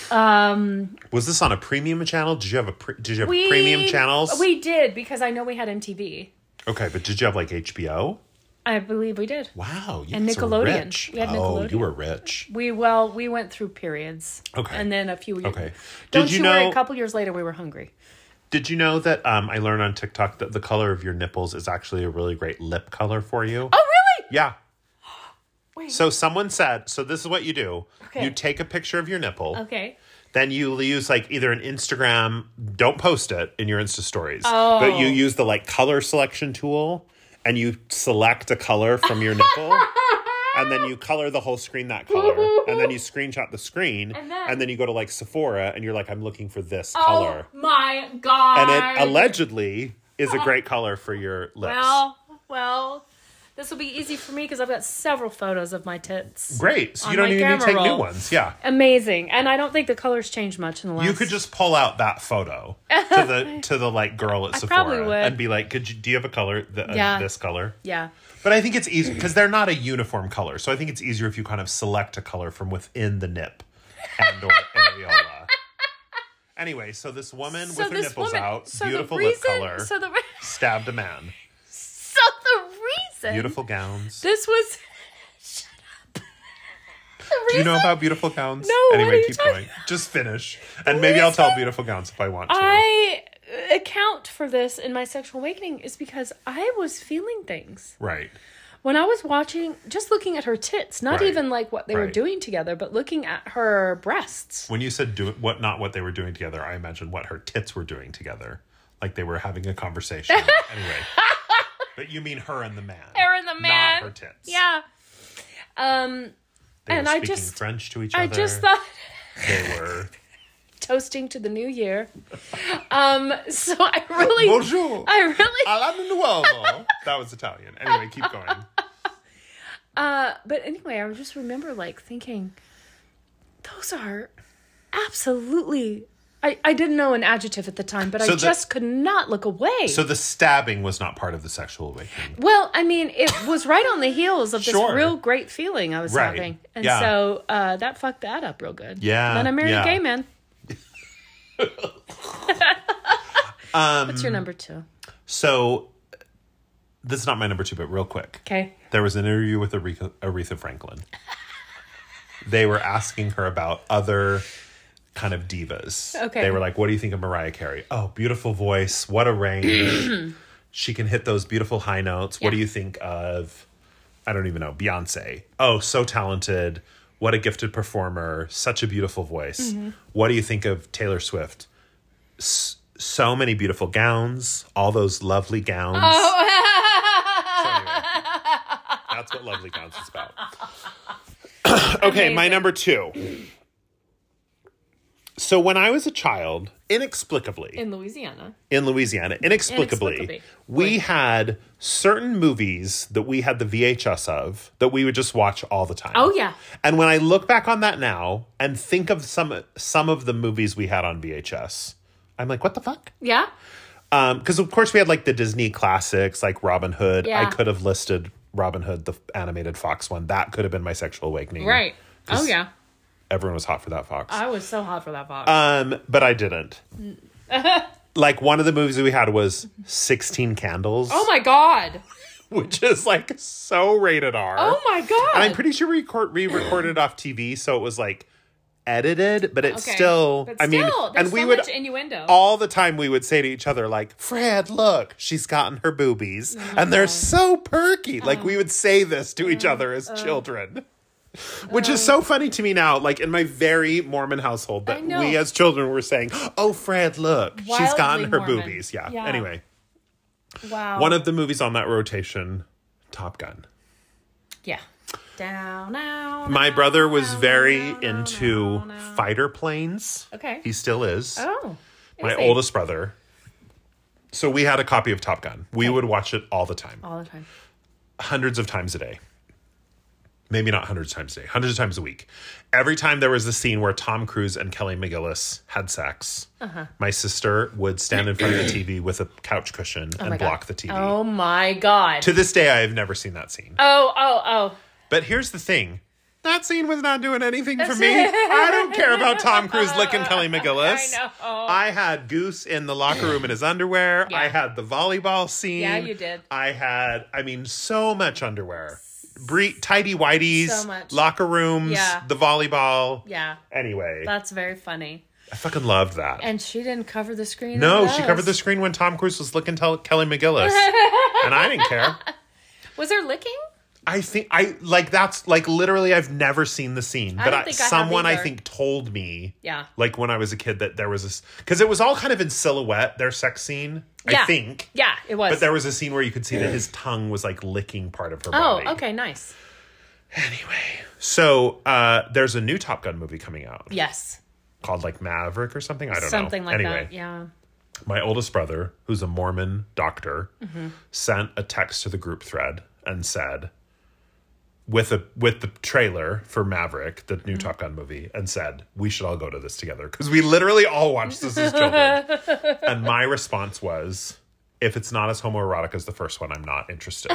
[SPEAKER 2] Um,
[SPEAKER 1] Was this on a premium channel? Did you have a pre- did you have
[SPEAKER 2] we,
[SPEAKER 1] premium channels?
[SPEAKER 2] We did because I know we had MTV.
[SPEAKER 1] okay, but did you have like HBO?
[SPEAKER 2] I believe we did.
[SPEAKER 1] Wow, you
[SPEAKER 2] And
[SPEAKER 1] guys are
[SPEAKER 2] Nickelodeon.
[SPEAKER 1] rich.
[SPEAKER 2] We had
[SPEAKER 1] Oh, you
[SPEAKER 2] Nickelodeon.
[SPEAKER 1] were rich.
[SPEAKER 2] We well, we went through periods.
[SPEAKER 1] Okay.
[SPEAKER 2] And then a few years.
[SPEAKER 1] Okay.
[SPEAKER 2] Don't
[SPEAKER 1] did you,
[SPEAKER 2] you, worry.
[SPEAKER 1] know?
[SPEAKER 2] A couple years later, we were hungry.
[SPEAKER 1] Did you know that um, I learned on TikTok that the color of your nipples is actually a really great lip color for you?
[SPEAKER 2] Oh really?
[SPEAKER 1] Yeah.
[SPEAKER 2] Wait.
[SPEAKER 1] So someone said. So this is what you do.
[SPEAKER 2] Okay.
[SPEAKER 1] You take a picture of your nipple.
[SPEAKER 2] Okay.
[SPEAKER 1] Then you use like either an Instagram, don't post it in your Insta stories,
[SPEAKER 2] Oh.
[SPEAKER 1] but you use the like color selection tool and you select a color from your nipple and then you color the whole screen that color and then you screenshot the screen and
[SPEAKER 2] then-
[SPEAKER 1] then, you go to like Sephora and you're like, I'm looking for this color.
[SPEAKER 2] Oh my god.
[SPEAKER 1] And it allegedly is a great color for your lips.
[SPEAKER 2] Well, well, this will be easy for me because I've got several photos of my tits.
[SPEAKER 1] great. So
[SPEAKER 2] on
[SPEAKER 1] you don't
[SPEAKER 2] my
[SPEAKER 1] even need to
[SPEAKER 2] camera
[SPEAKER 1] take new
[SPEAKER 2] roll.
[SPEAKER 1] ones. Yeah.
[SPEAKER 2] Amazing, and I don't think the colors changed much in the last.
[SPEAKER 1] You could just pull out that photo to the to the like girl at Sephora
[SPEAKER 2] probably would.
[SPEAKER 1] and be like, "Could you do you have a color th- uh,
[SPEAKER 2] Yeah.
[SPEAKER 1] this color?"
[SPEAKER 2] yeah,
[SPEAKER 1] But I think it's easy because they're not a uniform color, so I think it's easier if you kind of select a color from within the nip and or areola. Anyway, so this woman with her nipples out, beautiful
[SPEAKER 2] the reason,
[SPEAKER 1] lip color,
[SPEAKER 2] So the
[SPEAKER 1] stabbed a man,
[SPEAKER 2] so the reason
[SPEAKER 1] beautiful gowns.
[SPEAKER 2] this was. Shut up. The
[SPEAKER 1] do you know
[SPEAKER 2] reason
[SPEAKER 1] about beautiful gowns?
[SPEAKER 2] No, what are
[SPEAKER 1] Anyway,
[SPEAKER 2] you
[SPEAKER 1] keep
[SPEAKER 2] talking-
[SPEAKER 1] going. Just finish, and maybe I'll tell
[SPEAKER 2] reason
[SPEAKER 1] beautiful gowns if I want to.
[SPEAKER 2] I account for this in my sexual awakening is because I was feeling things.
[SPEAKER 1] right.
[SPEAKER 2] when I was watching, just looking at her tits, not
[SPEAKER 1] Right.
[SPEAKER 2] even like what they were
[SPEAKER 1] Right.
[SPEAKER 2] doing together, but looking at her breasts.
[SPEAKER 1] When you said do what not what they were doing together, I imagine what her tits were doing together. Like they were having a conversation. anyway. But you mean her and the man.
[SPEAKER 2] Her and the man.
[SPEAKER 1] Not her tits.
[SPEAKER 2] Yeah. Um,
[SPEAKER 1] They
[SPEAKER 2] and
[SPEAKER 1] were
[SPEAKER 2] I
[SPEAKER 1] speaking
[SPEAKER 2] just-
[SPEAKER 1] French to each
[SPEAKER 2] I
[SPEAKER 1] other.
[SPEAKER 2] just thought
[SPEAKER 1] they were
[SPEAKER 2] toasting to the new year. Um, so I really,
[SPEAKER 1] Bonjour.
[SPEAKER 2] I really,
[SPEAKER 1] Alano Nuovo. that was Italian. Anyway, keep going.
[SPEAKER 2] uh, but anyway, I just remember like thinking, those are absolutely I, I didn't know an adjective at the time, but
[SPEAKER 1] So
[SPEAKER 2] I
[SPEAKER 1] the-
[SPEAKER 2] just could not look away.
[SPEAKER 1] So the stabbing was not part of the sexual awakening.
[SPEAKER 2] well, I mean, it was right on the heels of this
[SPEAKER 1] Sure.
[SPEAKER 2] real great feeling I was
[SPEAKER 1] Right.
[SPEAKER 2] having. And
[SPEAKER 1] Yeah.
[SPEAKER 2] so uh, that fucked that up real good.
[SPEAKER 1] Yeah.
[SPEAKER 2] Then I married
[SPEAKER 1] Yeah.
[SPEAKER 2] a gay man.
[SPEAKER 1] Um,
[SPEAKER 2] What's your number two?
[SPEAKER 1] So this is not my number two, but real quick.
[SPEAKER 2] Okay.
[SPEAKER 1] There was an interview with Aretha, Aretha Franklin. they were asking her about other kind of divas.
[SPEAKER 2] Okay.
[SPEAKER 1] They were like, "What do you think of Mariah Carey? Oh, beautiful voice. What a range. she can hit those beautiful high notes. What do
[SPEAKER 2] Yeah.
[SPEAKER 1] you think of? I don't even know Beyonce. Oh, so talented. What a gifted performer. Such a beautiful voice.
[SPEAKER 2] Mm-hmm.
[SPEAKER 1] What do you think of Taylor Swift? S- so many beautiful gowns. All those lovely gowns. So anyway, that's what lovely gowns is about. okay, my
[SPEAKER 2] Amazing.
[SPEAKER 1] number two. So when I was a child, inexplicably
[SPEAKER 2] In Louisiana.
[SPEAKER 1] in Louisiana, inexplicably,
[SPEAKER 2] Inexplicably.
[SPEAKER 1] we had certain movies that we had the VHS of that we would just watch all the time.
[SPEAKER 2] Oh, yeah.
[SPEAKER 1] And when I look back on that now and think of some some of the movies we had on VHS, I'm like, what the fuck?
[SPEAKER 2] Yeah?
[SPEAKER 1] because Um, of course we had like the Disney classics like Robin Hood.
[SPEAKER 2] Yeah.
[SPEAKER 1] I could have listed Robin Hood, the f- animated Fox one. That could have been my sexual awakening.
[SPEAKER 2] Right. Uh. Oh,
[SPEAKER 1] Just-
[SPEAKER 2] yeah.
[SPEAKER 1] Everyone was hot for that Fox.
[SPEAKER 2] I was so hot for that box.
[SPEAKER 1] um, but I didn't. like one of the movies we had was Sixteen Candles,
[SPEAKER 2] oh, my God.
[SPEAKER 1] which is like so rated R.
[SPEAKER 2] Oh, my God.
[SPEAKER 1] And I'm pretty sure we record- re-recorded off TV, so it was like edited, but it's
[SPEAKER 2] Okay.
[SPEAKER 1] still.
[SPEAKER 2] But
[SPEAKER 1] I mean,
[SPEAKER 2] still, there's
[SPEAKER 1] and we
[SPEAKER 2] so
[SPEAKER 1] would
[SPEAKER 2] much innuendo.
[SPEAKER 1] all the time we would say to each other like fred look she's gotten her boobies and they're so perky like we would say this to each other
[SPEAKER 2] Uh.
[SPEAKER 1] as children which is so funny to me now like in my very mormon household
[SPEAKER 2] I
[SPEAKER 1] that
[SPEAKER 2] know.
[SPEAKER 1] we as children were saying oh fred look she's
[SPEAKER 2] Wildly
[SPEAKER 1] gotten her
[SPEAKER 2] Mormon.
[SPEAKER 1] boobies yeah,
[SPEAKER 2] Yeah.
[SPEAKER 1] anyway
[SPEAKER 2] wow.
[SPEAKER 1] one of the movies on that rotation top gun
[SPEAKER 2] yeah. Down now.
[SPEAKER 1] my brother was very into fighter planes
[SPEAKER 2] Okay.
[SPEAKER 1] he still is
[SPEAKER 2] Oh.
[SPEAKER 1] my
[SPEAKER 2] easy.
[SPEAKER 1] oldest brother. So we had a copy of Top Gun. We would watch it all the time,
[SPEAKER 2] All the time.
[SPEAKER 1] hundreds of times a day. Maybe not hundreds of times a day, hundreds of times a week. Every time there was a scene where Tom Cruise and Kelly McGillis had sex,
[SPEAKER 2] Uh-huh.
[SPEAKER 1] my sister would stand in front of the TV with a couch cushion
[SPEAKER 2] my
[SPEAKER 1] and
[SPEAKER 2] God.
[SPEAKER 1] block the TV.
[SPEAKER 2] Oh, my God.
[SPEAKER 1] To this day, I have never seen that scene.
[SPEAKER 2] oh, oh, oh.
[SPEAKER 1] But here's the thing. That scene was not doing anything for me. I don't care about Tom Cruise licking Kelly McGillis.
[SPEAKER 2] I know.
[SPEAKER 1] I had Goose in the locker room in his underwear.
[SPEAKER 2] Yeah.
[SPEAKER 1] I had the volleyball scene.
[SPEAKER 2] Yeah, you did.
[SPEAKER 1] I had, I mean, so much underwear. Bre- tidy whities,
[SPEAKER 2] So much.
[SPEAKER 1] locker rooms,
[SPEAKER 2] Yeah.
[SPEAKER 1] the volleyball.
[SPEAKER 2] Yeah.
[SPEAKER 1] Anyway,
[SPEAKER 2] That's very funny.
[SPEAKER 1] I fucking loved that.
[SPEAKER 2] And she didn't cover the screen.
[SPEAKER 1] no,
[SPEAKER 2] with
[SPEAKER 1] she
[SPEAKER 2] us.
[SPEAKER 1] covered the screen when Tom Cruise was licking Tel- Kelly McGillis. and I didn't care.
[SPEAKER 2] Was there licking?
[SPEAKER 1] I think I like that's like literally I've never seen the scene,
[SPEAKER 2] I
[SPEAKER 1] but
[SPEAKER 2] don't
[SPEAKER 1] I,
[SPEAKER 2] think I have
[SPEAKER 1] someone I
[SPEAKER 2] either.
[SPEAKER 1] think told me
[SPEAKER 2] Yeah.
[SPEAKER 1] like when I was a kid that there was this because it was all kind of in silhouette their sex scene
[SPEAKER 2] Yeah.
[SPEAKER 1] I think,
[SPEAKER 2] Yeah, it was.
[SPEAKER 1] but there was a scene where you could see that his tongue was like licking part of her
[SPEAKER 2] oh,
[SPEAKER 1] body.
[SPEAKER 2] okay, nice.
[SPEAKER 1] Anyway, so uh, there's a new Top Gun movie coming out
[SPEAKER 2] Yes.
[SPEAKER 1] called like Maverick or something. I don't know
[SPEAKER 2] Something like
[SPEAKER 1] anyway,
[SPEAKER 2] that. Yeah.
[SPEAKER 1] my oldest brother, who's a Mormon doctor, sent a text to the group thread and said, with a with the trailer for Maverick, the new Top Gun movie, and said, "We should all go to this together because we literally all watched this as children." and my response was, "If it's not as homoerotic as the first one, I'm not interested."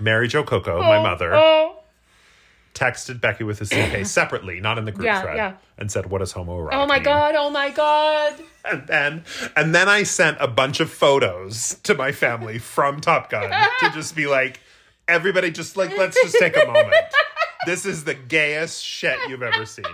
[SPEAKER 1] Mary Jo Coco, my mother,
[SPEAKER 2] Oh.
[SPEAKER 1] texted Becky with his CK separately, not in the group
[SPEAKER 2] Yeah,
[SPEAKER 1] thread,
[SPEAKER 2] yeah.
[SPEAKER 1] and said, "What is homoerotic?"
[SPEAKER 2] Oh my
[SPEAKER 1] mean?"
[SPEAKER 2] god. Oh my god.
[SPEAKER 1] and then and then I sent a bunch of photos to my family from Top Gun to just be like, everybody, just like let's just take a moment. This is the gayest shit you've ever seen.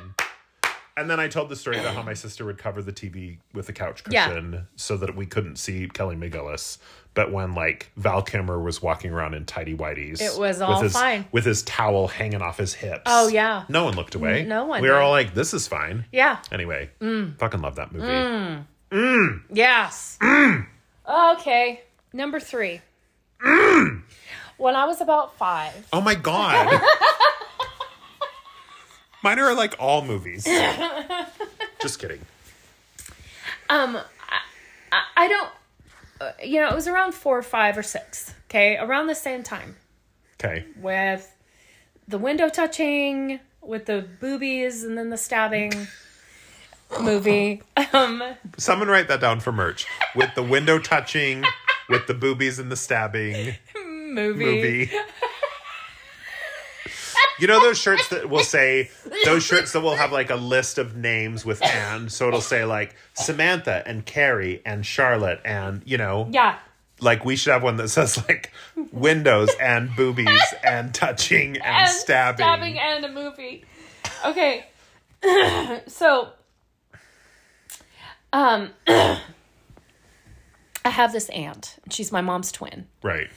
[SPEAKER 1] And then I told the story about how my sister would cover the TV with a couch
[SPEAKER 2] Yeah.
[SPEAKER 1] cushion so that we couldn't see Kelly McGillis. But when like Val Kimmer was walking around in tidy whities,
[SPEAKER 2] It was all
[SPEAKER 1] with his,
[SPEAKER 2] fine.
[SPEAKER 1] with his towel hanging off his hips.
[SPEAKER 2] Oh, yeah.
[SPEAKER 1] no one looked away.
[SPEAKER 2] No one
[SPEAKER 1] We were
[SPEAKER 2] did.
[SPEAKER 1] all like, "This is fine."
[SPEAKER 2] Yeah. Mm.
[SPEAKER 1] Anyway, fucking love that movie.
[SPEAKER 2] Yes. Okay. Number three. When I was about five.
[SPEAKER 1] Oh my god. Mine are like all movies. Just kidding.
[SPEAKER 2] um I- I, I don't uh, you know it was around four or five or six okay around the same time
[SPEAKER 1] Okay.
[SPEAKER 2] with the window touching with the boobies and then the stabbing movie. Um,
[SPEAKER 1] Someone write that down for merch. With the window touching, with the boobies and the stabbing
[SPEAKER 2] movie.
[SPEAKER 1] movie. You know those shirts that will say those shirts that will have like a list of names with and so it'll say like Samantha and Carrie and Charlotte and you know
[SPEAKER 2] Yeah.
[SPEAKER 1] like we should have one that says like windows and boobies and touching and,
[SPEAKER 2] And
[SPEAKER 1] stabbing.
[SPEAKER 2] Stabbing and a movie. Okay. so, um, I have this aunt. She's my mom's twin.
[SPEAKER 1] Right.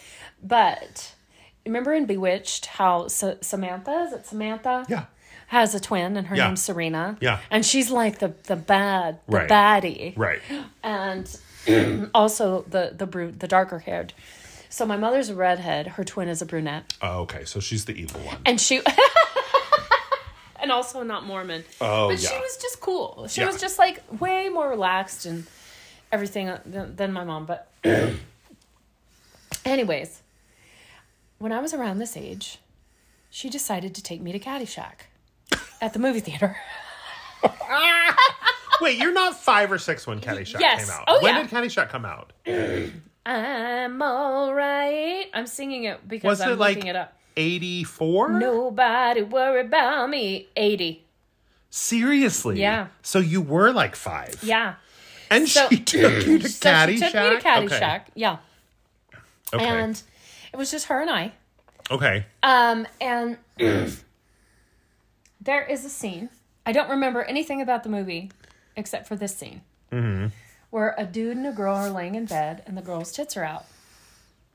[SPEAKER 2] But remember in Bewitched how Sa- Samantha, is it Samantha?
[SPEAKER 1] Yeah.
[SPEAKER 2] Has a twin and her
[SPEAKER 1] Yeah.
[SPEAKER 2] name's Serena.
[SPEAKER 1] Yeah.
[SPEAKER 2] And she's like the, the bad, the
[SPEAKER 1] Right.
[SPEAKER 2] baddie.
[SPEAKER 1] Right.
[SPEAKER 2] And also the, the brute, the darker haired. So my mother's a redhead. Her twin is a brunette.
[SPEAKER 1] Oh, okay. So she's the evil one.
[SPEAKER 2] And she, and also not Mormon.
[SPEAKER 1] Oh,
[SPEAKER 2] But she
[SPEAKER 1] yeah.
[SPEAKER 2] was just cool. She
[SPEAKER 1] Yeah.
[SPEAKER 2] was just like way more relaxed and everything uh, than, than my mom. But, anyways, when I was around this age, she decided to take me to Caddyshack at the movie theater.
[SPEAKER 1] Wait, you're not five or six when Caddyshack
[SPEAKER 2] Ah! yes.
[SPEAKER 1] came out.
[SPEAKER 2] Oh,
[SPEAKER 1] when
[SPEAKER 2] yeah.
[SPEAKER 1] did Caddyshack come out?
[SPEAKER 2] I'm all right. I'm singing it because
[SPEAKER 1] Was
[SPEAKER 2] I'm
[SPEAKER 1] it like
[SPEAKER 2] looking it up.
[SPEAKER 1] 84?
[SPEAKER 2] Nobody worry about me. 80.
[SPEAKER 1] Seriously?
[SPEAKER 2] Yeah.
[SPEAKER 1] So you were like five.
[SPEAKER 2] Yeah.
[SPEAKER 1] And
[SPEAKER 2] So-
[SPEAKER 1] she took you to
[SPEAKER 2] So
[SPEAKER 1] Caddyshack?
[SPEAKER 2] she took me to Caddyshack. Yeah.
[SPEAKER 1] Okay. Okay.
[SPEAKER 2] And it was just her and I.
[SPEAKER 1] okay.
[SPEAKER 2] Um, and there is a scene. I don't remember anything about the movie except for this scene
[SPEAKER 1] Mm-hmm.
[SPEAKER 2] where a dude and a girl are laying in bed and the girl's tits are out.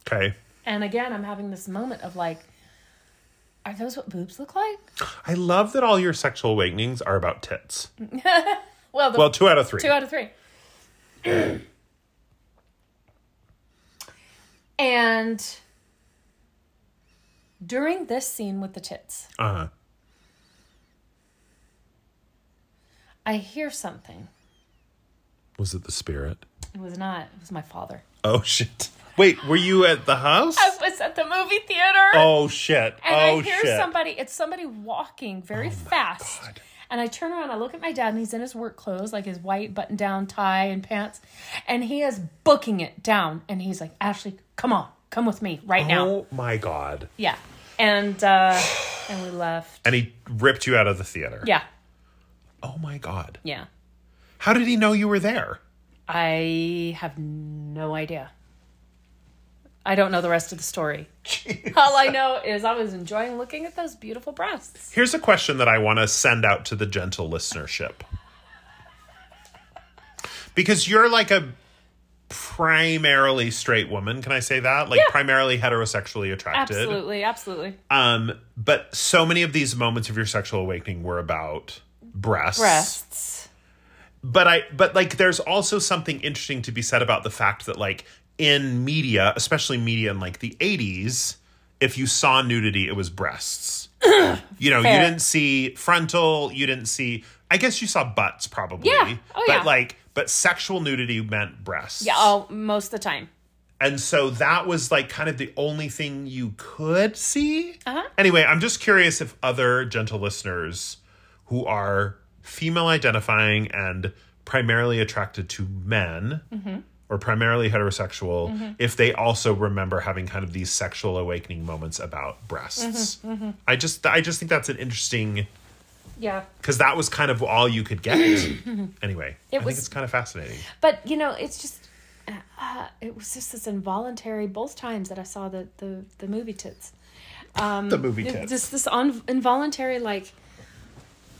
[SPEAKER 1] okay.
[SPEAKER 2] And again, I'm having this moment of like, are those what boobs look like?
[SPEAKER 1] I love that all your sexual awakenings are about tits.
[SPEAKER 2] Well, the
[SPEAKER 1] Well, two out of three.
[SPEAKER 2] two out of three. and during this scene with the tits,
[SPEAKER 1] uh-huh.
[SPEAKER 2] I hear something.
[SPEAKER 1] Was it the spirit?
[SPEAKER 2] It was not, it was my father.
[SPEAKER 1] Oh, shit. Wait, were you at the house?
[SPEAKER 2] I was at the movie theater.
[SPEAKER 1] Oh shit!
[SPEAKER 2] and
[SPEAKER 1] oh
[SPEAKER 2] I hear
[SPEAKER 1] shit! Oh,
[SPEAKER 2] somebody, it's somebody walking very fast.
[SPEAKER 1] God.
[SPEAKER 2] And I turn around, I look at my dad, and he's in his work clothes, like his white button down tie and pants. And he is booking it down. And he's like, Ashley, come on, come with me right now.
[SPEAKER 1] Oh my god!
[SPEAKER 2] Yeah. And uh, and we left.
[SPEAKER 1] And he ripped you out of the theater.
[SPEAKER 2] Yeah.
[SPEAKER 1] Oh my god!
[SPEAKER 2] Yeah.
[SPEAKER 1] How did he know you were there?
[SPEAKER 2] I have no idea. I don't know the rest of the story. All I know is I was enjoying looking at those beautiful breasts.
[SPEAKER 1] Here's a question that I want to send out to the gentle listenership. Because you're like a primarily straight woman, can I say that? Like
[SPEAKER 2] Yeah.
[SPEAKER 1] primarily heterosexually attracted.
[SPEAKER 2] Absolutely, absolutely.
[SPEAKER 1] Um, but so many of these moments of your sexual awakening were about breasts.
[SPEAKER 2] Breasts.
[SPEAKER 1] but I but like there's also something interesting to be said about the fact that like in media, especially media in like the 80s, if you saw nudity, it was breasts. you know,
[SPEAKER 2] Fair.
[SPEAKER 1] you didn't see frontal, you didn't see I guess you saw butts probably.
[SPEAKER 2] Yeah. Oh,
[SPEAKER 1] but
[SPEAKER 2] yeah.
[SPEAKER 1] like but sexual nudity meant breasts.
[SPEAKER 2] Yeah, oh, most of the time.
[SPEAKER 1] And so that was like kind of the only thing you could see. Anyway, I'm just curious if other gentle listeners who are female identifying and primarily attracted to men or primarily heterosexual, if they also remember having kind of these sexual awakening moments about breasts. I just I just think that's an interesting
[SPEAKER 2] Yeah.
[SPEAKER 1] because that was kind of all you could get. anyway, I
[SPEAKER 2] was-
[SPEAKER 1] think it's kind of fascinating.
[SPEAKER 2] But, you know, it's just, uh, it was just this involuntary, both times that I saw the, the, the movie tits. Um,
[SPEAKER 1] the movie
[SPEAKER 2] It-
[SPEAKER 1] tips.
[SPEAKER 2] Just this un- involuntary, like,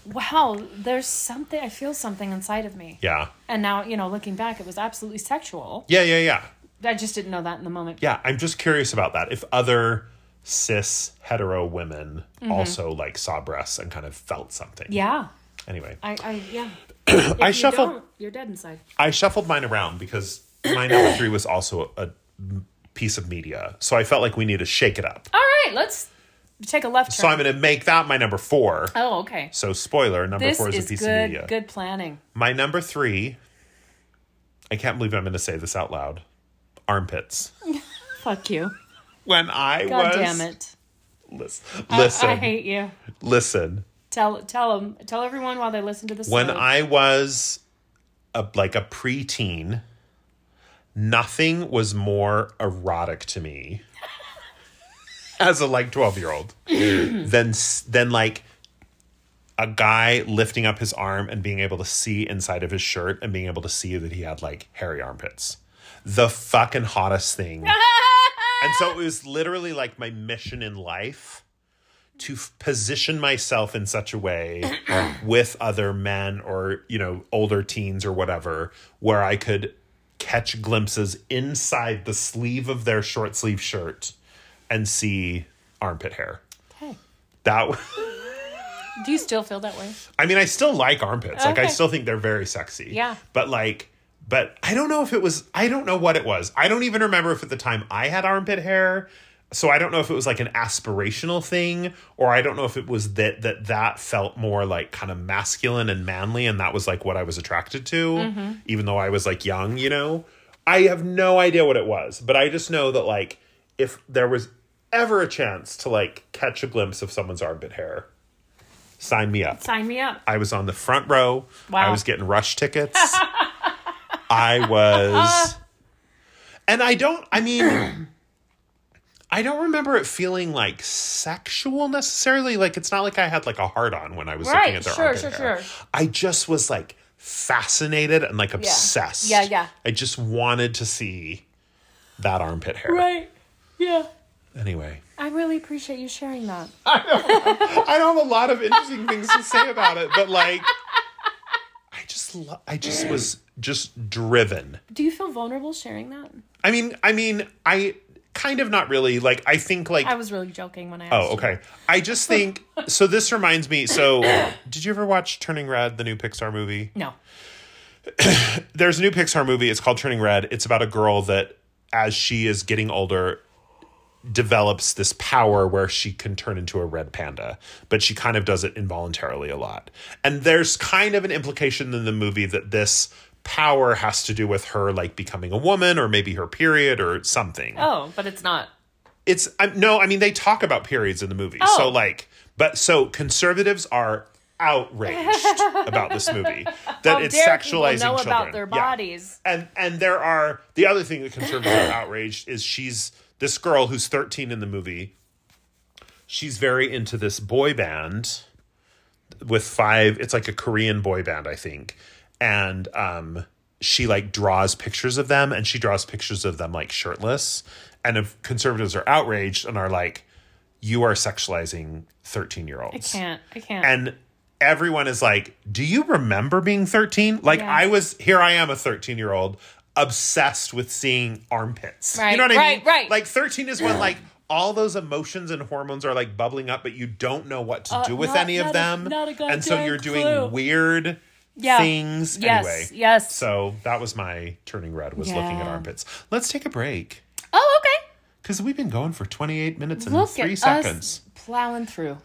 [SPEAKER 2] wow, there's something, I feel something inside of me.
[SPEAKER 1] yeah.
[SPEAKER 2] And now, you know, looking back, it was absolutely sexual.
[SPEAKER 1] Yeah, yeah, yeah.
[SPEAKER 2] I just didn't know that in the moment.
[SPEAKER 1] yeah i'm just curious about that if other cis hetero women also like saw breasts and kind of felt something
[SPEAKER 2] Mm-hmm. Yeah.
[SPEAKER 1] anyway
[SPEAKER 2] I, I yeah. If
[SPEAKER 1] i
[SPEAKER 2] you
[SPEAKER 1] shuffled
[SPEAKER 2] don't, you're dead inside.
[SPEAKER 1] i shuffled mine around because my number three was also a piece of media so i felt like we need to shake it up
[SPEAKER 2] All right, let's take a left turn.
[SPEAKER 1] so i'm going to make that my number four
[SPEAKER 2] oh, okay.
[SPEAKER 1] so spoiler number
[SPEAKER 2] This
[SPEAKER 1] four is,
[SPEAKER 2] is
[SPEAKER 1] a piece of media
[SPEAKER 2] good, good planning.
[SPEAKER 1] my number three i can't believe i'm going to say this out loud armpits
[SPEAKER 2] Fuck you.
[SPEAKER 1] when i
[SPEAKER 2] God
[SPEAKER 1] was
[SPEAKER 2] damn it.
[SPEAKER 1] lis-
[SPEAKER 2] I-
[SPEAKER 1] listen
[SPEAKER 2] I, hate you.
[SPEAKER 1] listen
[SPEAKER 2] Tell tell them tell everyone while they listen to the
[SPEAKER 1] When
[SPEAKER 2] song.
[SPEAKER 1] I was a, like a preteen, nothing was more erotic to me as a like 12 year old than, s- than like a guy lifting up his arm and being able to see inside of his shirt and being able to see that he had like hairy armpits. The fucking hottest thing. And so it was literally like my mission in life to f- position myself in such a way with other men or, you know, older teens or whatever, where I could catch glimpses inside the sleeve of their short sleeve shirt and see armpit hair.
[SPEAKER 2] Okay.
[SPEAKER 1] That was,
[SPEAKER 2] Do you still feel that way?
[SPEAKER 1] I mean, I still like armpits. Like, I
[SPEAKER 2] Okay.
[SPEAKER 1] still think they're very sexy.
[SPEAKER 2] Yeah.
[SPEAKER 1] But, like, but I don't know if it was, I don't know what it was. I don't even remember if at the time I had armpit hair. So I don't know if it was like an aspirational thing, or I don't know if it was that that that felt more like kind of masculine and manly, and that was like what I was attracted to,
[SPEAKER 2] Mm-hmm.
[SPEAKER 1] even though I was like young, you know. I have no idea what it was, but I just know that like if there was ever a chance to like catch a glimpse of someone's armpit hair, sign me up.
[SPEAKER 2] Sign me up.
[SPEAKER 1] I was on the front row. I
[SPEAKER 2] Wow.
[SPEAKER 1] was getting rush tickets. I was. And I don't, I mean, I don't remember it feeling like sexual necessarily. Like, it's not like I had like a hard on when I was
[SPEAKER 2] Right,
[SPEAKER 1] looking at their
[SPEAKER 2] sure,
[SPEAKER 1] armpit
[SPEAKER 2] sure,
[SPEAKER 1] hair.
[SPEAKER 2] sure.
[SPEAKER 1] I just was like fascinated and like obsessed.
[SPEAKER 2] Yeah, yeah.
[SPEAKER 1] I just wanted to see that armpit hair.
[SPEAKER 2] Right. Yeah.
[SPEAKER 1] Anyway,
[SPEAKER 2] I really appreciate you sharing that.
[SPEAKER 1] I don't have a lot of interesting things to say about it, but like, I just, lo- I just was just driven.
[SPEAKER 2] Do you feel vulnerable sharing that?
[SPEAKER 1] I mean, I mean, I kind of not really. Like, I think like.
[SPEAKER 2] I was really joking when I asked.
[SPEAKER 1] Oh, okay. I just think so. This reminds me. So, did you ever watch Turning Red, the new Pixar movie?
[SPEAKER 2] You. No.
[SPEAKER 1] There's a new Pixar movie. It's called Turning Red. It's about a girl that, as she is getting older, develops this power where she can turn into a red panda, but she kind of does it involuntarily a lot. And there's kind of an implication in the movie that this power has to do with her like becoming a woman or maybe her period or something.
[SPEAKER 2] Oh, but it's not.
[SPEAKER 1] it's I, no i mean they talk about periods in the movie
[SPEAKER 2] Oh.
[SPEAKER 1] so like but so conservatives are outraged about this movie that
[SPEAKER 2] How
[SPEAKER 1] it's
[SPEAKER 2] dare people
[SPEAKER 1] sexualizing
[SPEAKER 2] know
[SPEAKER 1] children
[SPEAKER 2] about their
[SPEAKER 1] Yeah.
[SPEAKER 2] bodies?
[SPEAKER 1] and and there are the other thing that conservatives are outraged is she's this girl who's 13 in the movie she's very into this boy band with five it's like a korean boy band i think and um she like draws pictures of them and she draws pictures of them like shirtless and if conservatives are outraged and are like you are sexualizing 13 year olds
[SPEAKER 2] Can't. I can't.
[SPEAKER 1] and everyone is like, "Do you remember being 13?" Like
[SPEAKER 2] Yeah.
[SPEAKER 1] I was here I am a 13-year-old obsessed with seeing armpits.
[SPEAKER 2] Right,
[SPEAKER 1] you know what I
[SPEAKER 2] right,
[SPEAKER 1] mean?
[SPEAKER 2] right.
[SPEAKER 1] Like 13 is when like all those emotions and hormones are like bubbling up but you don't know what to do with
[SPEAKER 2] Uh, not-
[SPEAKER 1] any of
[SPEAKER 2] not a-
[SPEAKER 1] them.
[SPEAKER 2] not a
[SPEAKER 1] and so
[SPEAKER 2] goddamn
[SPEAKER 1] you're doing
[SPEAKER 2] clue.
[SPEAKER 1] weird
[SPEAKER 2] Yeah.
[SPEAKER 1] things
[SPEAKER 2] Yes,
[SPEAKER 1] anyway.
[SPEAKER 2] yes.
[SPEAKER 1] So that was my turning red was looking at
[SPEAKER 2] Yeah.
[SPEAKER 1] armpits. Let's take a break
[SPEAKER 2] oh, okay.
[SPEAKER 1] cuz we've been going for 28 minutes and
[SPEAKER 2] Look
[SPEAKER 1] 3 Mm,
[SPEAKER 2] at
[SPEAKER 1] seconds.
[SPEAKER 2] us plowing through.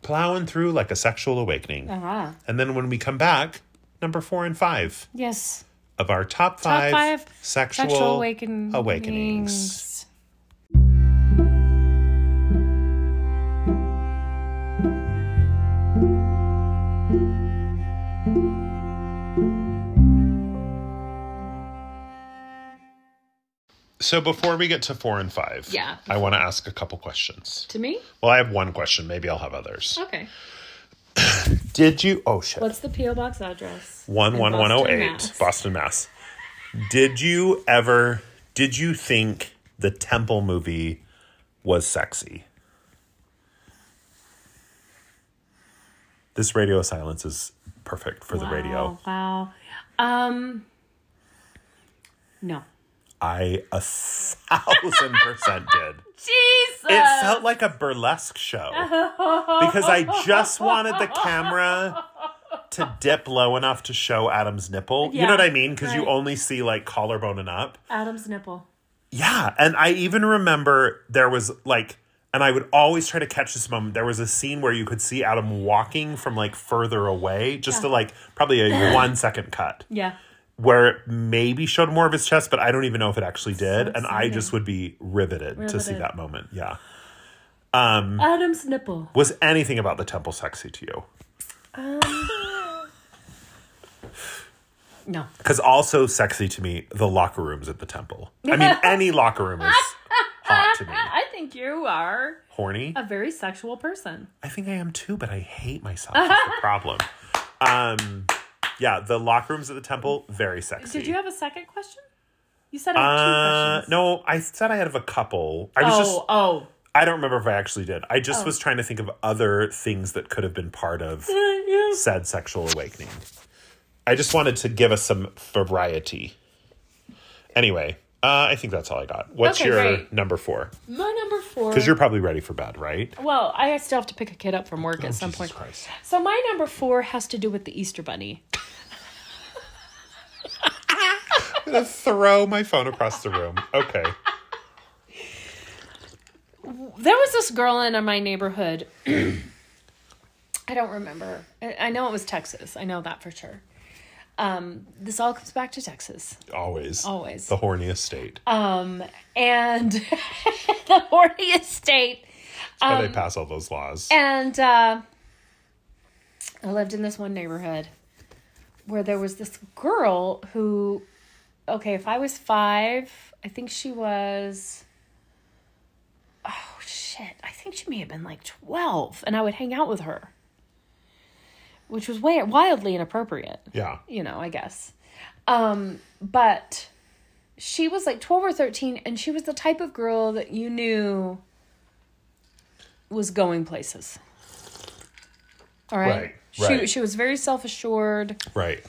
[SPEAKER 1] Plowing through like a sexual awakening.
[SPEAKER 2] Uh huh.
[SPEAKER 1] And then when we come back, number four and five
[SPEAKER 2] Yes.
[SPEAKER 1] of our top five,
[SPEAKER 2] five
[SPEAKER 1] sexual,
[SPEAKER 2] Sexual awaken-
[SPEAKER 1] awakenings.
[SPEAKER 2] awakenings.
[SPEAKER 1] So before we get to four and five,
[SPEAKER 2] Yeah.
[SPEAKER 1] I want to ask a couple questions.
[SPEAKER 2] To me?
[SPEAKER 1] Well, I have one question. Maybe I'll have others.
[SPEAKER 2] Okay.
[SPEAKER 1] Did you? Oh shit!
[SPEAKER 2] What's the P.O. Box address?
[SPEAKER 1] one one one zero eight, Boston, Mass. Did you ever? Did you think the Temple movie was sexy? This radio silence is perfect for the radio.
[SPEAKER 2] Oh, Wow. Um. No.
[SPEAKER 1] I a thousand percent did.
[SPEAKER 2] Jesus.
[SPEAKER 1] It felt like a burlesque show because I just wanted the camera to dip low enough to show Adam's nipple. you
[SPEAKER 2] Yeah,
[SPEAKER 1] know what I mean? Because you
[SPEAKER 2] right.
[SPEAKER 1] only see like collarbone and up.
[SPEAKER 2] Adam's nipple.
[SPEAKER 1] Yeah. And I even remember there was like, and I would always try to catch this moment. There was a scene where you could see Adam walking from like further away, just to like probably a one second cut
[SPEAKER 2] Yeah.
[SPEAKER 1] where it maybe showed more of his chest, but I don't even know if it actually did. and I
[SPEAKER 2] exciting.
[SPEAKER 1] just would be riveted, to see
[SPEAKER 2] Riveted.
[SPEAKER 1] that moment. Yeah. Um,
[SPEAKER 2] Adam's nipple.
[SPEAKER 1] was anything about the temple sexy to you?
[SPEAKER 2] No.
[SPEAKER 1] Because also sexy to me, the locker rooms at the temple. I mean, any locker room is hot to me.
[SPEAKER 2] I think you are
[SPEAKER 1] Horny?
[SPEAKER 2] a very sexual person.
[SPEAKER 1] I think I am too, but I hate myself. That's the problem. Um, yeah, the locker rooms at the temple, very sexy.
[SPEAKER 2] Did you have a second question? You said I
[SPEAKER 1] Uh,
[SPEAKER 2] had two questions.
[SPEAKER 1] no, I said I had a couple. I was
[SPEAKER 2] oh,
[SPEAKER 1] just,
[SPEAKER 2] oh.
[SPEAKER 1] I don't remember if I actually did. I just
[SPEAKER 2] Oh.
[SPEAKER 1] was trying to think of other things that could have been part of
[SPEAKER 2] oh.
[SPEAKER 1] said sexual awakening. I just wanted to give us some variety. Anyway, uh, I think that's all I got. What's
[SPEAKER 2] Okay,
[SPEAKER 1] your
[SPEAKER 2] great.
[SPEAKER 1] number four?
[SPEAKER 2] My number four.
[SPEAKER 1] Because you're probably ready for bed, right?
[SPEAKER 2] well, I still have to pick a kid up from work at some
[SPEAKER 1] Oh, Jesus
[SPEAKER 2] point.
[SPEAKER 1] Christ.
[SPEAKER 2] So my number four has to do with the Easter Bunny.
[SPEAKER 1] I'm gonna throw my phone across the room. Okay.
[SPEAKER 2] There was this girl in my neighborhood. I don't remember. I I know it was Texas. I know that for sure. Um, this all comes back to Texas.
[SPEAKER 1] Always.
[SPEAKER 2] Always.
[SPEAKER 1] The horniest state.
[SPEAKER 2] Um, and the horniest state.
[SPEAKER 1] How they pass all those laws.
[SPEAKER 2] um, And uh, I lived in this one neighborhood where there was this girl who, okay, if I was five, I think she was, oh shit, I think she may have been like 12, and I would hang out with her, which was way, wildly inappropriate
[SPEAKER 1] yeah.
[SPEAKER 2] you know, I guess. Um, but she was like 12 or 13 and she was the type of girl that you knew was going places. All right.
[SPEAKER 1] Right, right.
[SPEAKER 2] She she was very self-assured.
[SPEAKER 1] Right.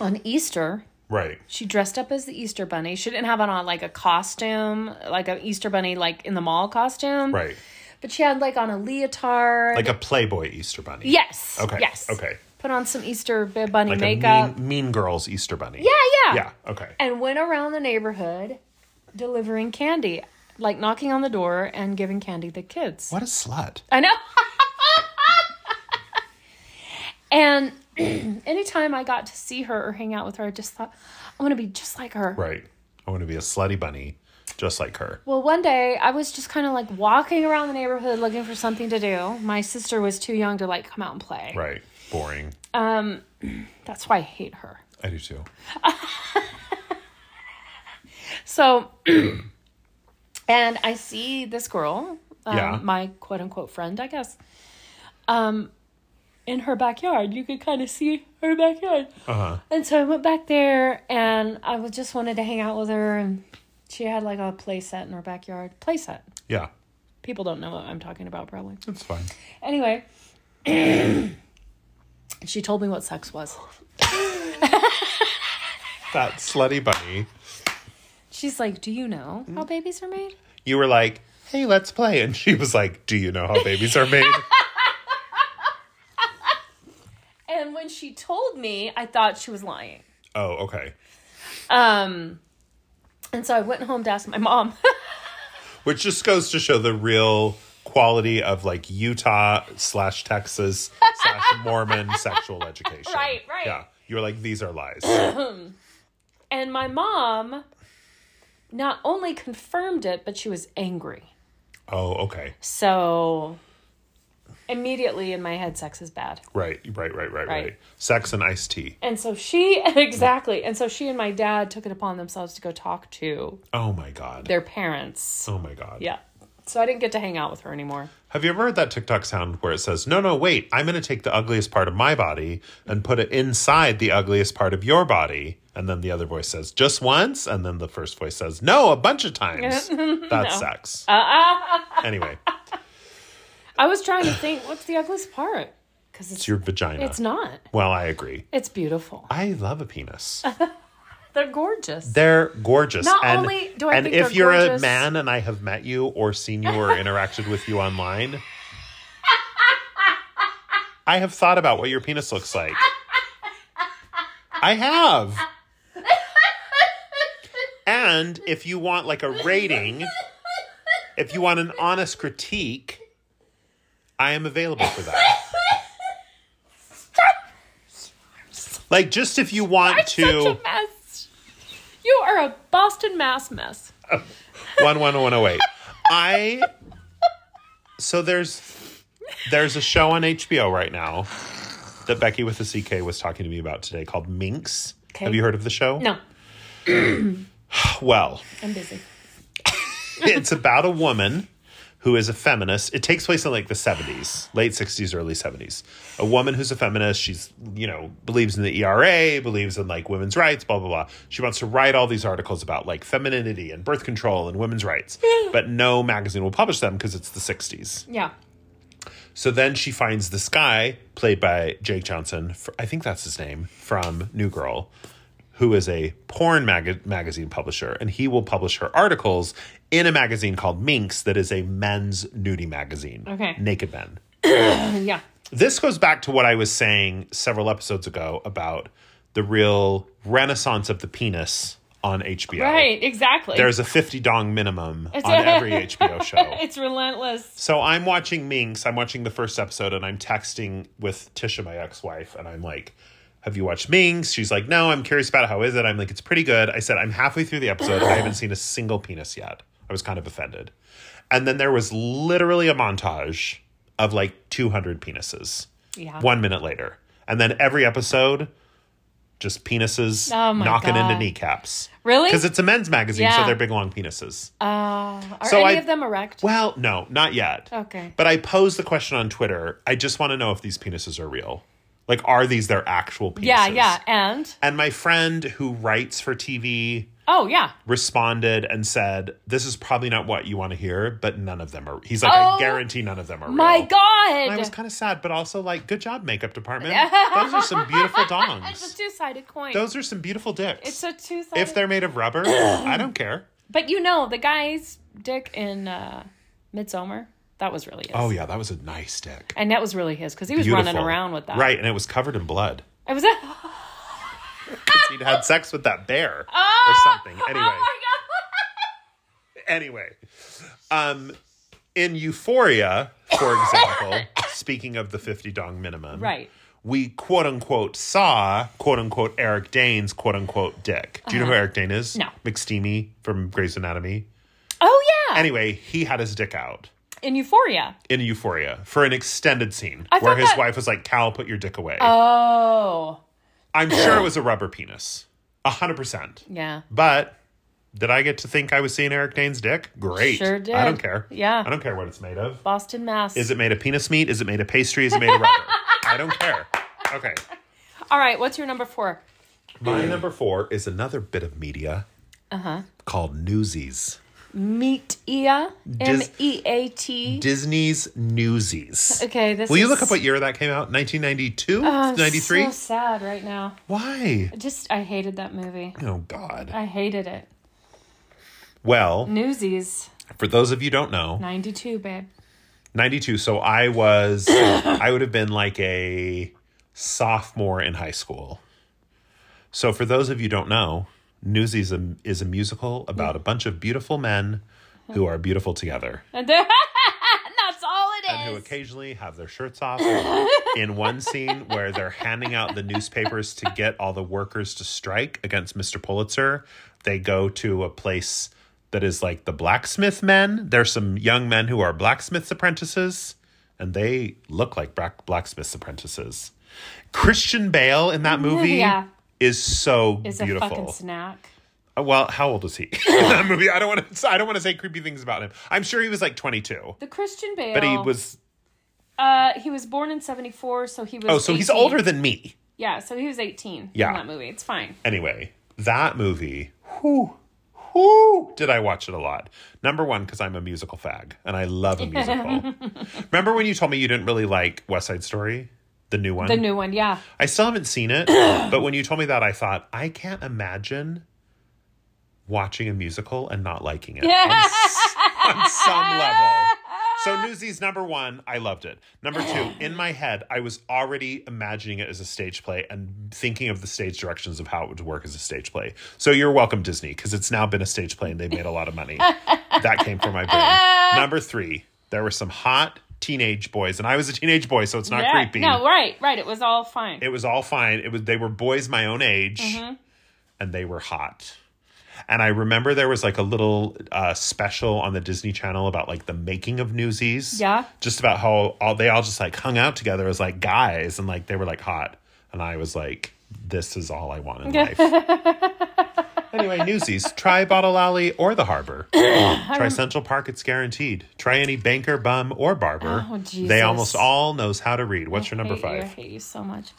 [SPEAKER 2] On Easter,
[SPEAKER 1] Right.
[SPEAKER 2] she dressed up as the Easter bunny. She didn't have on a, like a costume, like an Easter bunny like in the mall costume.
[SPEAKER 1] Right.
[SPEAKER 2] But she had like on a leotard.
[SPEAKER 1] Like a Playboy Easter bunny.
[SPEAKER 2] yes.
[SPEAKER 1] Okay.
[SPEAKER 2] Yes.
[SPEAKER 1] Okay.
[SPEAKER 2] Put on some Easter bunny
[SPEAKER 1] Like
[SPEAKER 2] makeup.
[SPEAKER 1] a mean, mean Girls Easter bunny.
[SPEAKER 2] yeah, yeah.
[SPEAKER 1] Yeah. Okay.
[SPEAKER 2] and went around the neighborhood delivering candy, like knocking on the door and giving candy to kids.
[SPEAKER 1] What a slut.
[SPEAKER 2] I know. and anytime I got to see her or hang out with her, I just thought, I want to be just like her.
[SPEAKER 1] Right. I want to be a slutty bunny, just like her.
[SPEAKER 2] Well, one day I was just kind of like walking around the neighborhood looking for something to do. My sister was too young to like come out and play.
[SPEAKER 1] Right. Boring.
[SPEAKER 2] That's why I hate her.
[SPEAKER 1] I do too.
[SPEAKER 2] So, and I see this girl, um,
[SPEAKER 1] Yeah.
[SPEAKER 2] my quote unquote friend, I guess, um, in her backyard. You could kind of see her backyard.
[SPEAKER 1] Uh huh.
[SPEAKER 2] And so I went back there and I was just wanted to hang out with her. And she had like a play set in her backyard. Play set.
[SPEAKER 1] Yeah.
[SPEAKER 2] People don't know what I'm talking about, probably.
[SPEAKER 1] It's fine.
[SPEAKER 2] Anyway, she told me what sex was.
[SPEAKER 1] That slutty bunny.
[SPEAKER 2] She's like, Do you know how babies are made?
[SPEAKER 1] You were like, hey, let's play. And she was like, do you know how babies are made?
[SPEAKER 2] And when she told me, I thought she was lying.
[SPEAKER 1] oh, okay.
[SPEAKER 2] Um, and so I went home to ask my mom.
[SPEAKER 1] Which just goes to show the real quality of like Utah slash Texas slash Mormon sexual education.
[SPEAKER 2] Right, right.
[SPEAKER 1] Yeah. You were like, these are lies.
[SPEAKER 2] and my mom not only confirmed it, but she was angry.
[SPEAKER 1] oh, okay.
[SPEAKER 2] So immediately in my head, sex is bad.
[SPEAKER 1] Right, right, right, right, right.
[SPEAKER 2] Right.
[SPEAKER 1] Sex and iced tea.
[SPEAKER 2] And so she, exactly. And so she and my dad took it upon themselves to go talk to
[SPEAKER 1] Oh my God.
[SPEAKER 2] their parents.
[SPEAKER 1] oh my God.
[SPEAKER 2] Yeah. So I didn't get to hang out with her anymore.
[SPEAKER 1] Have you ever heard that TikTok sound where it says, No, no, wait, I'm going to take the ugliest part of my body and put it inside the ugliest part of your body? And then the other voice says, Just once? And then the first voice says, No, a bunch of times. That's sex. anyway,
[SPEAKER 2] I was trying to think, what's the ugliest part? Because
[SPEAKER 1] it's
[SPEAKER 2] it's,
[SPEAKER 1] your vagina.
[SPEAKER 2] it's not.
[SPEAKER 1] well, I agree.
[SPEAKER 2] It's beautiful.
[SPEAKER 1] I love a penis.
[SPEAKER 2] They're gorgeous.
[SPEAKER 1] They're gorgeous.
[SPEAKER 2] Not
[SPEAKER 1] and,
[SPEAKER 2] only do I
[SPEAKER 1] and
[SPEAKER 2] think
[SPEAKER 1] if
[SPEAKER 2] they're
[SPEAKER 1] you're
[SPEAKER 2] gorgeous-
[SPEAKER 1] a man and I have met you or seen you or interacted with you online, I have thought about what your penis looks like. I have. And if you want like a rating, if you want an honest critique, I am available for that. Like just if you want to
[SPEAKER 2] such a mess. You are a Boston Mass mess.
[SPEAKER 1] one one one oh eight. I So there's there's a show on HBO right now that Becky with the CK was talking to me about today called Minx.
[SPEAKER 2] Okay.
[SPEAKER 1] Have you heard of the show?
[SPEAKER 2] No,
[SPEAKER 1] Well,
[SPEAKER 2] I'm busy.
[SPEAKER 1] it's about a woman who is a feminist. It takes place in like the 70s, late 60s, early 70s. A woman who's a feminist, she's, you know, believes in the ERA, believes in like women's rights, blah, blah, blah. She wants to write all these articles about like femininity and birth control and women's rights, but no magazine will publish them because it's the 60s.
[SPEAKER 2] Yeah.
[SPEAKER 1] So then she finds this guy, played by Jake Johnson, fr- I think that's his name, from New Girl, who is a porn mag- magazine publisher, and he will publish her articles in a magazine called Minx that is a men's nudie magazine.
[SPEAKER 2] Okay.
[SPEAKER 1] Naked men.
[SPEAKER 2] Yeah.
[SPEAKER 1] This goes back to what I was saying several episodes ago about the real renaissance of the penis on HBO.
[SPEAKER 2] Right, exactly.
[SPEAKER 1] There's a 50 dong minimum
[SPEAKER 2] It's-
[SPEAKER 1] on every HBO show.
[SPEAKER 2] it's relentless.
[SPEAKER 1] So I'm watching Minx. I'm watching the first episode and I'm texting with Tisha, my ex wife, and I'm like, Have you watched Minx? She's like, No, I'm curious about it. How is it? I'm like, It's pretty good. I said, I'm halfway through the episode. I haven't seen a single penis yet. I was kind of offended. And then there was literally a montage of like 200 penises
[SPEAKER 2] Yeah.
[SPEAKER 1] one minute later. And then every episode, just penises
[SPEAKER 2] Oh my
[SPEAKER 1] knocking into
[SPEAKER 2] God.
[SPEAKER 1] kneecaps.
[SPEAKER 2] Really?
[SPEAKER 1] Because it's a men's magazine, so
[SPEAKER 2] Yeah.
[SPEAKER 1] they're big long penises.
[SPEAKER 2] Uh, are
[SPEAKER 1] So
[SPEAKER 2] any
[SPEAKER 1] I-
[SPEAKER 2] of them erect?
[SPEAKER 1] Well, no, not yet.
[SPEAKER 2] Okay.
[SPEAKER 1] But I posed the question on Twitter. I just want to know if these penises are real. Like, are these their actual penises?
[SPEAKER 2] yeah, yeah. And
[SPEAKER 1] And my friend who writes for TV
[SPEAKER 2] oh yeah.
[SPEAKER 1] responded and said, This is probably not what you want to hear, but none of them are. He's like, I
[SPEAKER 2] Oh,
[SPEAKER 1] guarantee none of them are
[SPEAKER 2] My
[SPEAKER 1] real. And I was
[SPEAKER 2] God.
[SPEAKER 1] kind of sad, but also like, good job, makeup department. Those are some beautiful
[SPEAKER 2] It's a
[SPEAKER 1] dongs.
[SPEAKER 2] two sided coin.
[SPEAKER 1] Those are some beautiful dicks.
[SPEAKER 2] it's a two sided
[SPEAKER 1] if they're made of rubber, I don't care.
[SPEAKER 2] But you know, the guy's dick in uh Midsummer, that was really his.
[SPEAKER 1] Oh, yeah, that was a nice dick.
[SPEAKER 2] And that was really his because he was
[SPEAKER 1] Beautiful.
[SPEAKER 2] running around with that.
[SPEAKER 1] Right, and it was covered in blood.
[SPEAKER 2] It was oh
[SPEAKER 1] because he'd had sex with that bear or
[SPEAKER 2] Oh!
[SPEAKER 1] something.
[SPEAKER 2] Oh
[SPEAKER 1] Anyway,
[SPEAKER 2] my
[SPEAKER 1] anyway, um, in Euphoria, for example, speaking of the fifty dong minimum,
[SPEAKER 2] Right.
[SPEAKER 1] We quote unquote saw quote unquote Eric Dane's quote unquote dick. Do you know who Eric Dane is?
[SPEAKER 2] Uh-huh. No.
[SPEAKER 1] McSteamy from Grey's Anatomy.
[SPEAKER 2] God. Oh yeah.
[SPEAKER 1] Anyway, he had his dick out
[SPEAKER 2] in Euphoria.
[SPEAKER 1] in Euphoria for an extended scene
[SPEAKER 2] I
[SPEAKER 1] where
[SPEAKER 2] thought
[SPEAKER 1] his
[SPEAKER 2] that-
[SPEAKER 1] wife was like, "Cal, put your dick away."
[SPEAKER 2] Oh.
[SPEAKER 1] I'm sure it was a rubber penis, hundred percent.
[SPEAKER 2] Yeah.
[SPEAKER 1] But did I get to think I was seeing Eric Dane's dick? Great.
[SPEAKER 2] Sure did.
[SPEAKER 1] I don't care.
[SPEAKER 2] Yeah.
[SPEAKER 1] I don't care what it's made of.
[SPEAKER 2] Boston Mass.
[SPEAKER 1] Is it made of penis meat? Is it made of pastry? Is it made of rubber? I don't care. Okay.
[SPEAKER 2] All right, what's your number four?
[SPEAKER 1] My number four is another bit of media
[SPEAKER 2] Uh-huh.
[SPEAKER 1] called Newsies.
[SPEAKER 2] Meatia. M
[SPEAKER 1] Dis-
[SPEAKER 2] E A T.
[SPEAKER 1] Disney's Newsies.
[SPEAKER 2] Okay, this
[SPEAKER 1] Will you
[SPEAKER 2] is-
[SPEAKER 1] look up what year that came out? 1992?
[SPEAKER 2] I'm
[SPEAKER 1] 93?
[SPEAKER 2] So sad right now.
[SPEAKER 1] Why?
[SPEAKER 2] Just I hated that movie.
[SPEAKER 1] Oh, God.
[SPEAKER 2] I hated it.
[SPEAKER 1] Well,
[SPEAKER 2] Newsies,
[SPEAKER 1] for those of you who don't know,
[SPEAKER 2] ninety two, babe.
[SPEAKER 1] 92 so i was i would have been like a sophomore in high school so for those of you who don't know newsies is a, is a musical about a bunch of beautiful men who are beautiful together
[SPEAKER 2] And there- that's all it is.
[SPEAKER 1] and who occasionally have their shirts off in one scene where they're handing out the newspapers to get all the workers to strike against Mr. Pulitzer. They go to a place that is like the blacksmith men. There's some young men who are blacksmith's apprentices, and they look like black- blacksmith's apprentices. Christian Bale in that movie
[SPEAKER 2] Yeah.
[SPEAKER 1] is so
[SPEAKER 2] It's
[SPEAKER 1] beautiful.
[SPEAKER 2] a fucking snack.
[SPEAKER 1] Uh, Well, how old is he in that movie? I don't want to. I don't want to say creepy things about him. I'm sure he was like 22,
[SPEAKER 2] The Christian Bale.
[SPEAKER 1] but he was.
[SPEAKER 2] Uh, he was born in seventy four, so he was.
[SPEAKER 1] Oh, so he's
[SPEAKER 2] 18.
[SPEAKER 1] older than me.
[SPEAKER 2] Yeah, so he was eighteen.
[SPEAKER 1] Yeah.
[SPEAKER 2] In that movie, it's fine.
[SPEAKER 1] anyway, that movie, whoo, whoo, did I watch it a lot. Number one, because I'm a musical fag and I love a musical. Remember when you told me you didn't really like West Side Story? The new one?
[SPEAKER 2] The new one, yeah.
[SPEAKER 1] I still haven't seen it, but when you told me that, I thought, I can't imagine watching a musical and not liking it on, s- on some level. So, Newsies, number one, I loved it. Number two, in my head, I was already imagining it as a stage play and thinking of the stage directions of how it would work as a stage play. So, you're welcome, Disney, because it's now been a stage play and they made a lot of money. that came from my brain. Number three, there were some hot teenage boys, and I was a teenage boy, so it's not
[SPEAKER 2] yeah.
[SPEAKER 1] creepy
[SPEAKER 2] No, right, right. Mm-hmm. It was all fine.
[SPEAKER 1] it was all fine. It was they were boys my own age, and they were hot. And I remember there was like a little uh, special on the Disney Channel about like the making of Newsies.
[SPEAKER 2] Yeah.
[SPEAKER 1] Just about how all they all just like hung out together as like guys and like they were like hot. And I was like, this is all I want in life. anyway, Newsies. Try Bottle Alley or the Harbor. Try Central Park. It's guaranteed. Try any banker, bum, or barber.
[SPEAKER 2] Oh,
[SPEAKER 1] They
[SPEAKER 2] Jesus.
[SPEAKER 1] almost all knows how to read. What's your number
[SPEAKER 2] hate You, I
[SPEAKER 1] five?
[SPEAKER 2] hate you so much.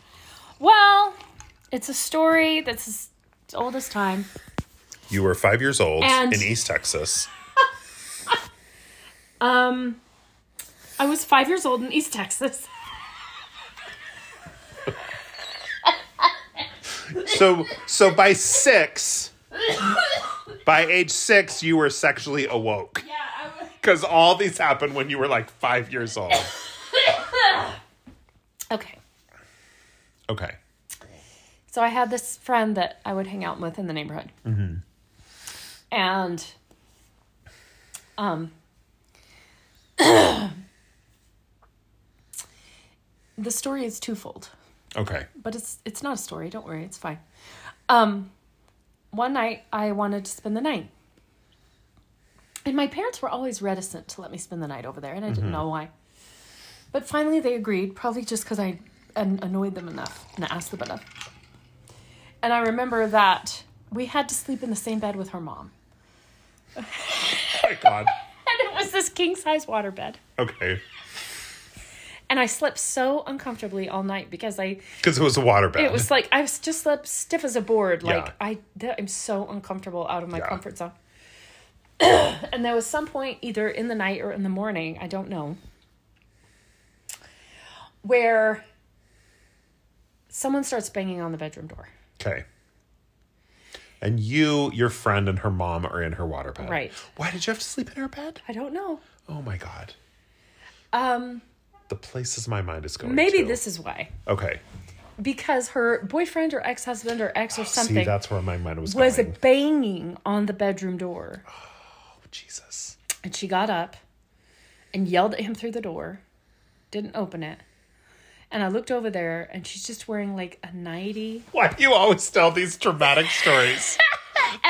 [SPEAKER 2] Well, it's a story that's as old as time.
[SPEAKER 1] You were five years old
[SPEAKER 2] And-
[SPEAKER 1] in East Texas.
[SPEAKER 2] Um, I was five years old in East Texas.
[SPEAKER 1] So so by six, by age six, you were sexually awoke
[SPEAKER 2] Yeah, I was.
[SPEAKER 1] because all these happened when you were like five years old.
[SPEAKER 2] Okay.
[SPEAKER 1] Okay.
[SPEAKER 2] So I had this friend that I would hang out with in the neighborhood. Mm-hmm. And um the story is twofold,
[SPEAKER 1] Okay.
[SPEAKER 2] but it's it's not a story, don't worry, it's fine. Um one night I wanted to spend the night. And my parents were always reticent to let me spend the night over there, and I didn't know why. But finally they agreed, probably just because I an- annoyed them enough and asked them enough. And I remember that we had to sleep in the same bed with her mom.
[SPEAKER 1] Oh my God.
[SPEAKER 2] And it was this king size waterbed.
[SPEAKER 1] Okay.
[SPEAKER 2] And I slept so uncomfortably all night because I,
[SPEAKER 1] Because it was a waterbed.
[SPEAKER 2] it was like, I was just slept stiff as a board. Like,
[SPEAKER 1] Yeah.
[SPEAKER 2] I, that, I'm so uncomfortable out of my
[SPEAKER 1] Yeah.
[SPEAKER 2] comfort zone. and there was some point, either in the night or in the morning, I don't know, where someone starts banging on the bedroom door.
[SPEAKER 1] okay. And you, your friend, and her mom are in her waterbed.
[SPEAKER 2] Right.
[SPEAKER 1] Why did you have to sleep in her bed?
[SPEAKER 2] I don't know.
[SPEAKER 1] Oh my God.
[SPEAKER 2] Um,
[SPEAKER 1] The places my mind is going.
[SPEAKER 2] maybe
[SPEAKER 1] to.
[SPEAKER 2] this is why.
[SPEAKER 1] Okay.
[SPEAKER 2] because her boyfriend or ex husband or ex or
[SPEAKER 1] Oh, See,
[SPEAKER 2] something
[SPEAKER 1] that's where my mind was,
[SPEAKER 2] was
[SPEAKER 1] going.
[SPEAKER 2] banging on the bedroom door.
[SPEAKER 1] Oh, Jesus.
[SPEAKER 2] And she got up and yelled at him through the door, didn't open it. And I looked over there and she's just wearing like a nightie.
[SPEAKER 1] Why do you always tell these dramatic stories?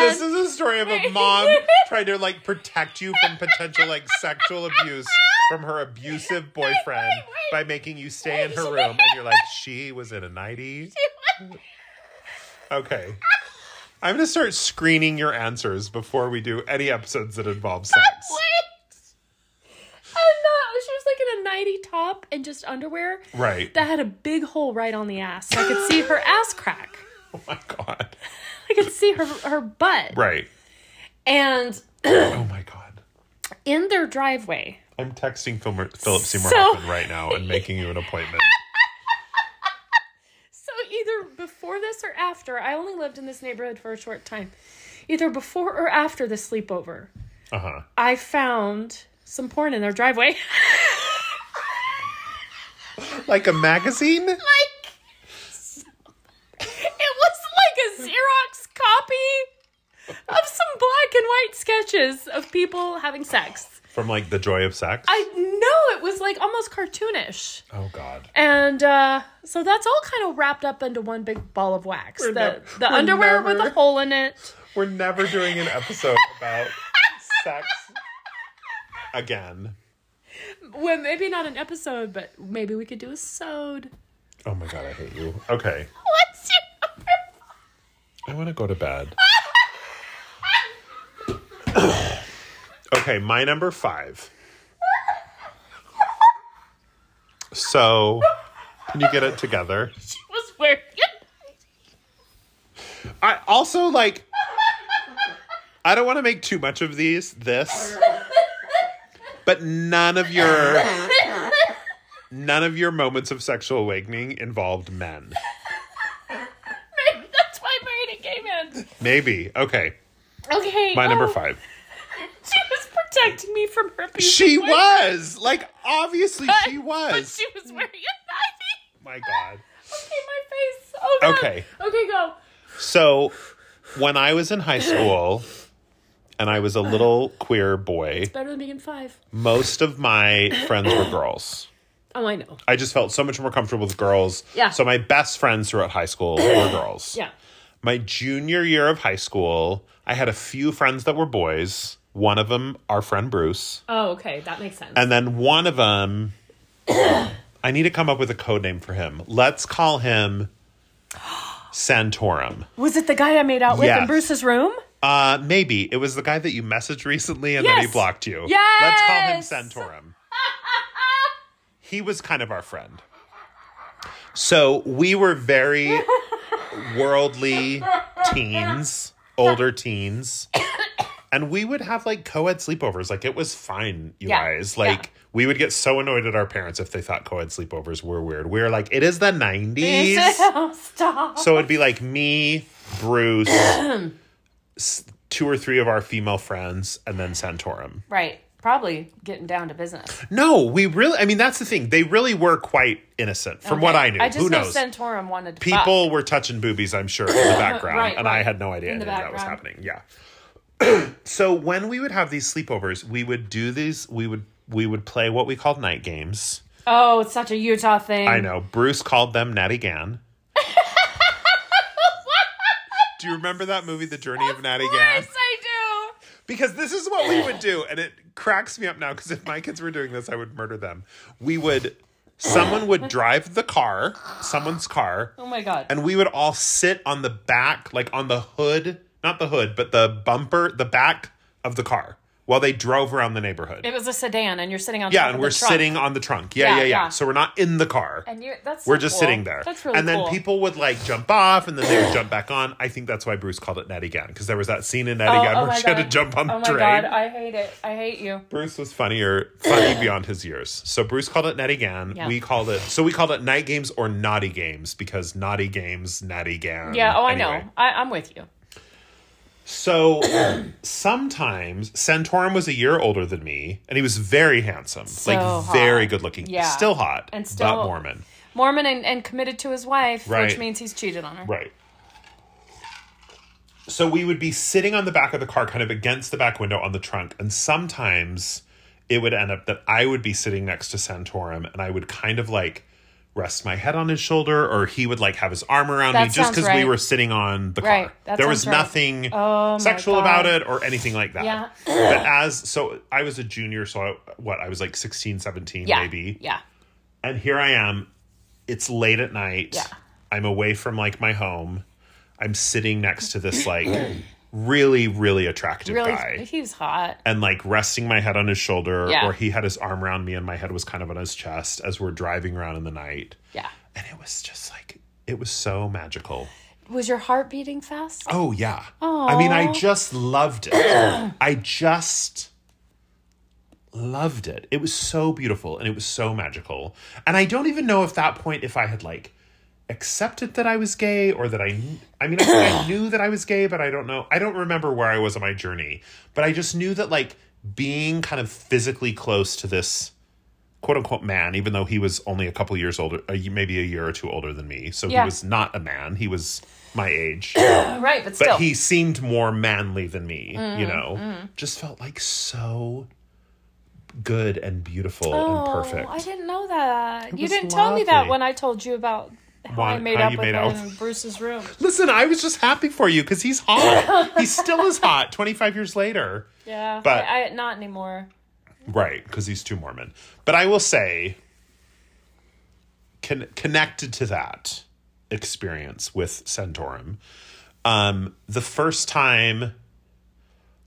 [SPEAKER 1] this is a story of a mom trying to like protect you from potential like sexual abuse from her abusive boyfriend by making you stay in her room and you're like she was in a nightie. Okay. I'm going to start screening your answers before we do any episodes that involve sex.
[SPEAKER 2] And uh, she was like in a nightie top and just underwear
[SPEAKER 1] Right.
[SPEAKER 2] that had a big hole right on the ass. So I could see her ass crack.
[SPEAKER 1] Oh my god.
[SPEAKER 2] I could see her her butt.
[SPEAKER 1] Right.
[SPEAKER 2] And
[SPEAKER 1] Oh my god.
[SPEAKER 2] in their driveway,
[SPEAKER 1] I'm texting Phil- Philip Seymour
[SPEAKER 2] So-
[SPEAKER 1] Hoffman right now and making you an appointment.
[SPEAKER 2] So either before this or after, I only lived in this neighborhood for a short time. Either before or after the sleepover,
[SPEAKER 1] Uh-huh.
[SPEAKER 2] I found some porn in their driveway.
[SPEAKER 1] Like a magazine?
[SPEAKER 2] like it was like a Xerox copy of some black and white sketches of people having sex.
[SPEAKER 1] From like the joy of sex?
[SPEAKER 2] I know it was like almost cartoonish.
[SPEAKER 1] oh God.
[SPEAKER 2] And uh, so that's all kind of wrapped up into one big ball of wax.
[SPEAKER 1] We're
[SPEAKER 2] the
[SPEAKER 1] nev-
[SPEAKER 2] the
[SPEAKER 1] we're
[SPEAKER 2] underwear with
[SPEAKER 1] never-
[SPEAKER 2] a hole in it.
[SPEAKER 1] We're never doing an episode about sex again.
[SPEAKER 2] Well, maybe not an episode, but maybe we could do a sode.
[SPEAKER 1] Oh my God, I hate you. Okay.
[SPEAKER 2] What's your number?
[SPEAKER 1] I want to go to bed. okay, my number five. So, can you get it together?
[SPEAKER 2] She was wearing it.
[SPEAKER 1] I also like. I don't want to make too much of these. This, but none of your none of your moments of sexual awakening involved men.
[SPEAKER 2] Maybe that's why I married a gay man.
[SPEAKER 1] Maybe okay.
[SPEAKER 2] Okay.
[SPEAKER 1] My number
[SPEAKER 2] oh,
[SPEAKER 1] five.
[SPEAKER 2] She was protecting me from her people.
[SPEAKER 1] She was like obviously she
[SPEAKER 2] But
[SPEAKER 1] was. Oh
[SPEAKER 2] she was wearing a nightie.
[SPEAKER 1] My God.
[SPEAKER 2] Okay, my face. Oh, God.
[SPEAKER 1] Okay.
[SPEAKER 2] Okay, go.
[SPEAKER 1] So when I was in high school and I was a little queer boy,
[SPEAKER 2] Better than being five.
[SPEAKER 1] most of my friends were girls.
[SPEAKER 2] Oh, I know.
[SPEAKER 1] I just felt so much more comfortable with girls.
[SPEAKER 2] Yeah.
[SPEAKER 1] So my best friends throughout high school were girls.
[SPEAKER 2] Yeah.
[SPEAKER 1] my junior year of high school, I had a few friends that were boys. One of them, our friend Bruce,
[SPEAKER 4] Oh, okay, that makes sense.
[SPEAKER 1] and then one of them, I need to come up with a code name for him. Let's call him Santorum.
[SPEAKER 4] was it the guy I made out with in
[SPEAKER 1] Yes.
[SPEAKER 4] Bruce's room?
[SPEAKER 1] Uh, maybe it was the guy that you messaged recently and then he
[SPEAKER 4] Yes.
[SPEAKER 1] blocked you.
[SPEAKER 4] Yes.
[SPEAKER 1] Let's call him Santorum. he was kind of our friend. So we were very worldly teens, older teens. And we would have like co ed sleepovers. Like it was fine, you
[SPEAKER 4] Yeah.
[SPEAKER 1] guys. Like we would get so annoyed at our parents if they thought co ed sleepovers were weird. We were like, it is the 90s.
[SPEAKER 4] oh, stop.
[SPEAKER 1] So it'd be like me, Bruce, s- two or three of our female friends, and then Santorum.
[SPEAKER 4] Right. Probably getting down to business.
[SPEAKER 1] No, we really, I mean, that's the thing. They really were quite innocent from what
[SPEAKER 4] Okay.
[SPEAKER 1] I knew.
[SPEAKER 4] I just
[SPEAKER 1] Who
[SPEAKER 4] know
[SPEAKER 1] knows?
[SPEAKER 4] Santorum wanted to fuck.
[SPEAKER 1] People were touching boobies, I'm sure, in the background.
[SPEAKER 4] Right,
[SPEAKER 1] and I
[SPEAKER 4] right.
[SPEAKER 1] had no idea
[SPEAKER 4] In the
[SPEAKER 1] anything that was
[SPEAKER 4] background.
[SPEAKER 1] happening. Yeah. so when we would have these sleepovers, we would do these, we would. We would play what we called night games.
[SPEAKER 4] Oh, it's such a Utah thing.
[SPEAKER 1] I know. Bruce called them Natty Gan. Do you remember that movie, The Journey of, Natty Gan?
[SPEAKER 4] Yes, I do.
[SPEAKER 1] Because this is what we would do, and it cracks me up now. Because if my kids were doing this, I would murder them. We would, someone would drive the car, someone's car,
[SPEAKER 4] Oh my god.
[SPEAKER 1] and we would all sit on the back, like on the hood, not the hood, but the bumper, the back of the car, while they drove around the neighborhood.
[SPEAKER 4] it was a sedan, and you're sitting on. top
[SPEAKER 1] yeah,
[SPEAKER 4] of
[SPEAKER 1] and
[SPEAKER 4] the
[SPEAKER 1] we're
[SPEAKER 4] trunk.
[SPEAKER 1] sitting on the trunk. Yeah, yeah,
[SPEAKER 4] Yeah,
[SPEAKER 1] yeah.
[SPEAKER 4] yeah.
[SPEAKER 1] So we're not in the car.
[SPEAKER 4] And you're that's. so
[SPEAKER 1] We're just
[SPEAKER 4] cool.
[SPEAKER 1] sitting there.
[SPEAKER 4] That's really
[SPEAKER 1] and then
[SPEAKER 4] cool.
[SPEAKER 1] people would like jump off and then they would jump back on. I think that's why Bruce called it Natty Gan because there was that scene in Natty
[SPEAKER 4] Oh,
[SPEAKER 1] Gan
[SPEAKER 4] oh
[SPEAKER 1] where
[SPEAKER 4] my
[SPEAKER 1] she had to
[SPEAKER 4] God.
[SPEAKER 1] jump on the
[SPEAKER 4] Oh my
[SPEAKER 1] train.
[SPEAKER 4] god, I hate it. I hate you.
[SPEAKER 1] Bruce was funnier, funny beyond his years. So Bruce called it Natty Gan.
[SPEAKER 4] Yeah.
[SPEAKER 1] We called it, so we called it Night Games or Naughty Games because Naughty Games, Natty Gan.
[SPEAKER 4] Yeah. Oh, I
[SPEAKER 1] Anyway.
[SPEAKER 4] know. I, I'm with you.
[SPEAKER 1] So sometimes Santorum was a year older than me and he was very handsome, like
[SPEAKER 4] hot.
[SPEAKER 1] very good looking.
[SPEAKER 4] Yeah.
[SPEAKER 1] Still hot,
[SPEAKER 4] And
[SPEAKER 1] but
[SPEAKER 4] still-
[SPEAKER 1] Mormon.
[SPEAKER 4] Mormon and, and committed to his wife,
[SPEAKER 1] Right.
[SPEAKER 4] which means he's cheated on her.
[SPEAKER 1] Right. So we would be sitting on the back of the car, kind of against the back window on the trunk, and sometimes it would end up that I would be sitting next to Santorum and I would kind of like rest my head on his shoulder or he would like have his arm around
[SPEAKER 4] That
[SPEAKER 1] me just
[SPEAKER 4] sounds
[SPEAKER 1] because we
[SPEAKER 4] right.
[SPEAKER 1] were sitting on the
[SPEAKER 4] Right,
[SPEAKER 1] car.
[SPEAKER 4] that
[SPEAKER 1] there was
[SPEAKER 4] sounds right.
[SPEAKER 1] nothing
[SPEAKER 4] Oh my
[SPEAKER 1] sexual
[SPEAKER 4] God.
[SPEAKER 1] about it or anything like that.
[SPEAKER 4] Yeah.
[SPEAKER 1] but as so I was a junior, so I, what, I was like 16, 17
[SPEAKER 4] Yeah.
[SPEAKER 1] maybe
[SPEAKER 4] Yeah.
[SPEAKER 1] and here I am. It's late at night.
[SPEAKER 4] Yeah.
[SPEAKER 1] I'm away from like my home. I'm sitting next to this like really, really attractive
[SPEAKER 4] Really,
[SPEAKER 1] guy.
[SPEAKER 4] he was hot.
[SPEAKER 1] And like resting my head on his shoulder,
[SPEAKER 4] Yeah.
[SPEAKER 1] or he had his arm around me and my head was kind of on his chest as we're driving around in the night.
[SPEAKER 4] Yeah.
[SPEAKER 1] And it was just like, it was so magical.
[SPEAKER 4] Was your heart beating fast?
[SPEAKER 1] Oh, yeah. I mean, I
[SPEAKER 4] Aw.
[SPEAKER 1] just loved it. I just loved it. It was so beautiful and it was so magical. And I don't even know if that point if I had like accepted that I was gay or that I kn- I mean I, think I knew that I was gay, but I don't know. I don't remember where I was on my journey, but I just knew that like being kind of physically close to this quote unquote man, even though he was only a couple years older, uh, maybe a year or two older than me. So
[SPEAKER 4] Yeah.
[SPEAKER 1] he was not a man. He was my age
[SPEAKER 4] right, but
[SPEAKER 1] Oh, but
[SPEAKER 4] still.
[SPEAKER 1] he seemed more manly than me you know just felt like so good and beautiful
[SPEAKER 2] Oh,
[SPEAKER 1] and perfect
[SPEAKER 4] Oh, I didn't know that. you
[SPEAKER 1] was
[SPEAKER 4] didn't tell me that
[SPEAKER 1] lovely.
[SPEAKER 4] when I told you about how
[SPEAKER 1] Why-
[SPEAKER 4] I made
[SPEAKER 1] how
[SPEAKER 4] up
[SPEAKER 1] you
[SPEAKER 4] with
[SPEAKER 1] made
[SPEAKER 4] him
[SPEAKER 1] out
[SPEAKER 4] in
[SPEAKER 1] with-
[SPEAKER 4] Bruce's room.
[SPEAKER 1] listen i was just happy for you because he's hot he still is hot 25 years later
[SPEAKER 4] Yeah,
[SPEAKER 1] But-
[SPEAKER 4] I, I- not anymore.
[SPEAKER 1] right because he's too mormon but i will say con- connected to that experience with Santorum, um, the first time,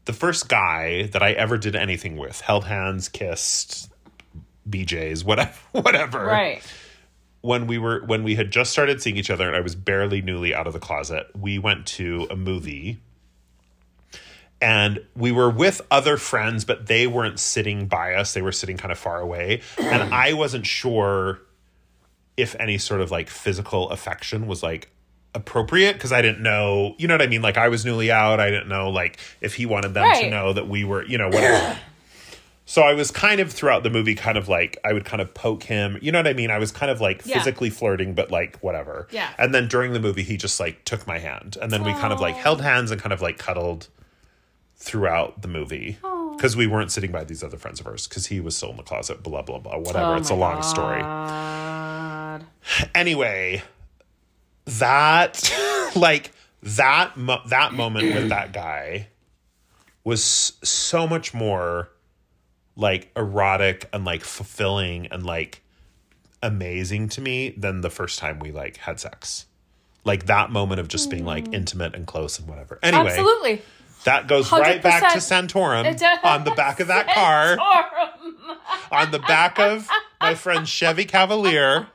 [SPEAKER 1] the first guy that I ever did anything with, held hands, kissed, BJ's, whatever, whatever.
[SPEAKER 4] Right.
[SPEAKER 1] When we were when we had just started seeing each other, and I was barely newly out of the closet. We went to a movie. And we were with other friends, but they weren't sitting by us. They were sitting kind of far away. And I wasn't sure if any sort of like physical affection was like appropriate because I didn't know, you know what I mean? Like I was newly out. I didn't know like if he wanted them to
[SPEAKER 4] Right.
[SPEAKER 1] know that we were, you know, whatever. so I was kind of throughout the movie, kind of like I would kind of poke him, you know what I mean? I was kind of like
[SPEAKER 4] Yeah.
[SPEAKER 1] physically flirting, but like whatever.
[SPEAKER 4] Yeah.
[SPEAKER 1] And then during the movie, he just like took my hand and then we kind of like held hands and kind of like cuddled throughout the movie because we weren't sitting by these other friends of ours because he was still in the closet, blah, blah, blah, whatever.
[SPEAKER 4] Oh
[SPEAKER 1] it's a
[SPEAKER 4] my
[SPEAKER 1] long story
[SPEAKER 4] God.
[SPEAKER 1] anyway, that like that mo- that moment with that guy was s- so much more like erotic and like fulfilling and like amazing to me than the first time we like had sex. Like that moment of just being
[SPEAKER 2] Mm.
[SPEAKER 1] like intimate and close and whatever. Anyway,
[SPEAKER 2] Absolutely.
[SPEAKER 1] that goes right back to Santorum
[SPEAKER 2] It does.
[SPEAKER 1] on the back of that car
[SPEAKER 2] Santorum.
[SPEAKER 1] on the back of my friend Chevy Cavalier,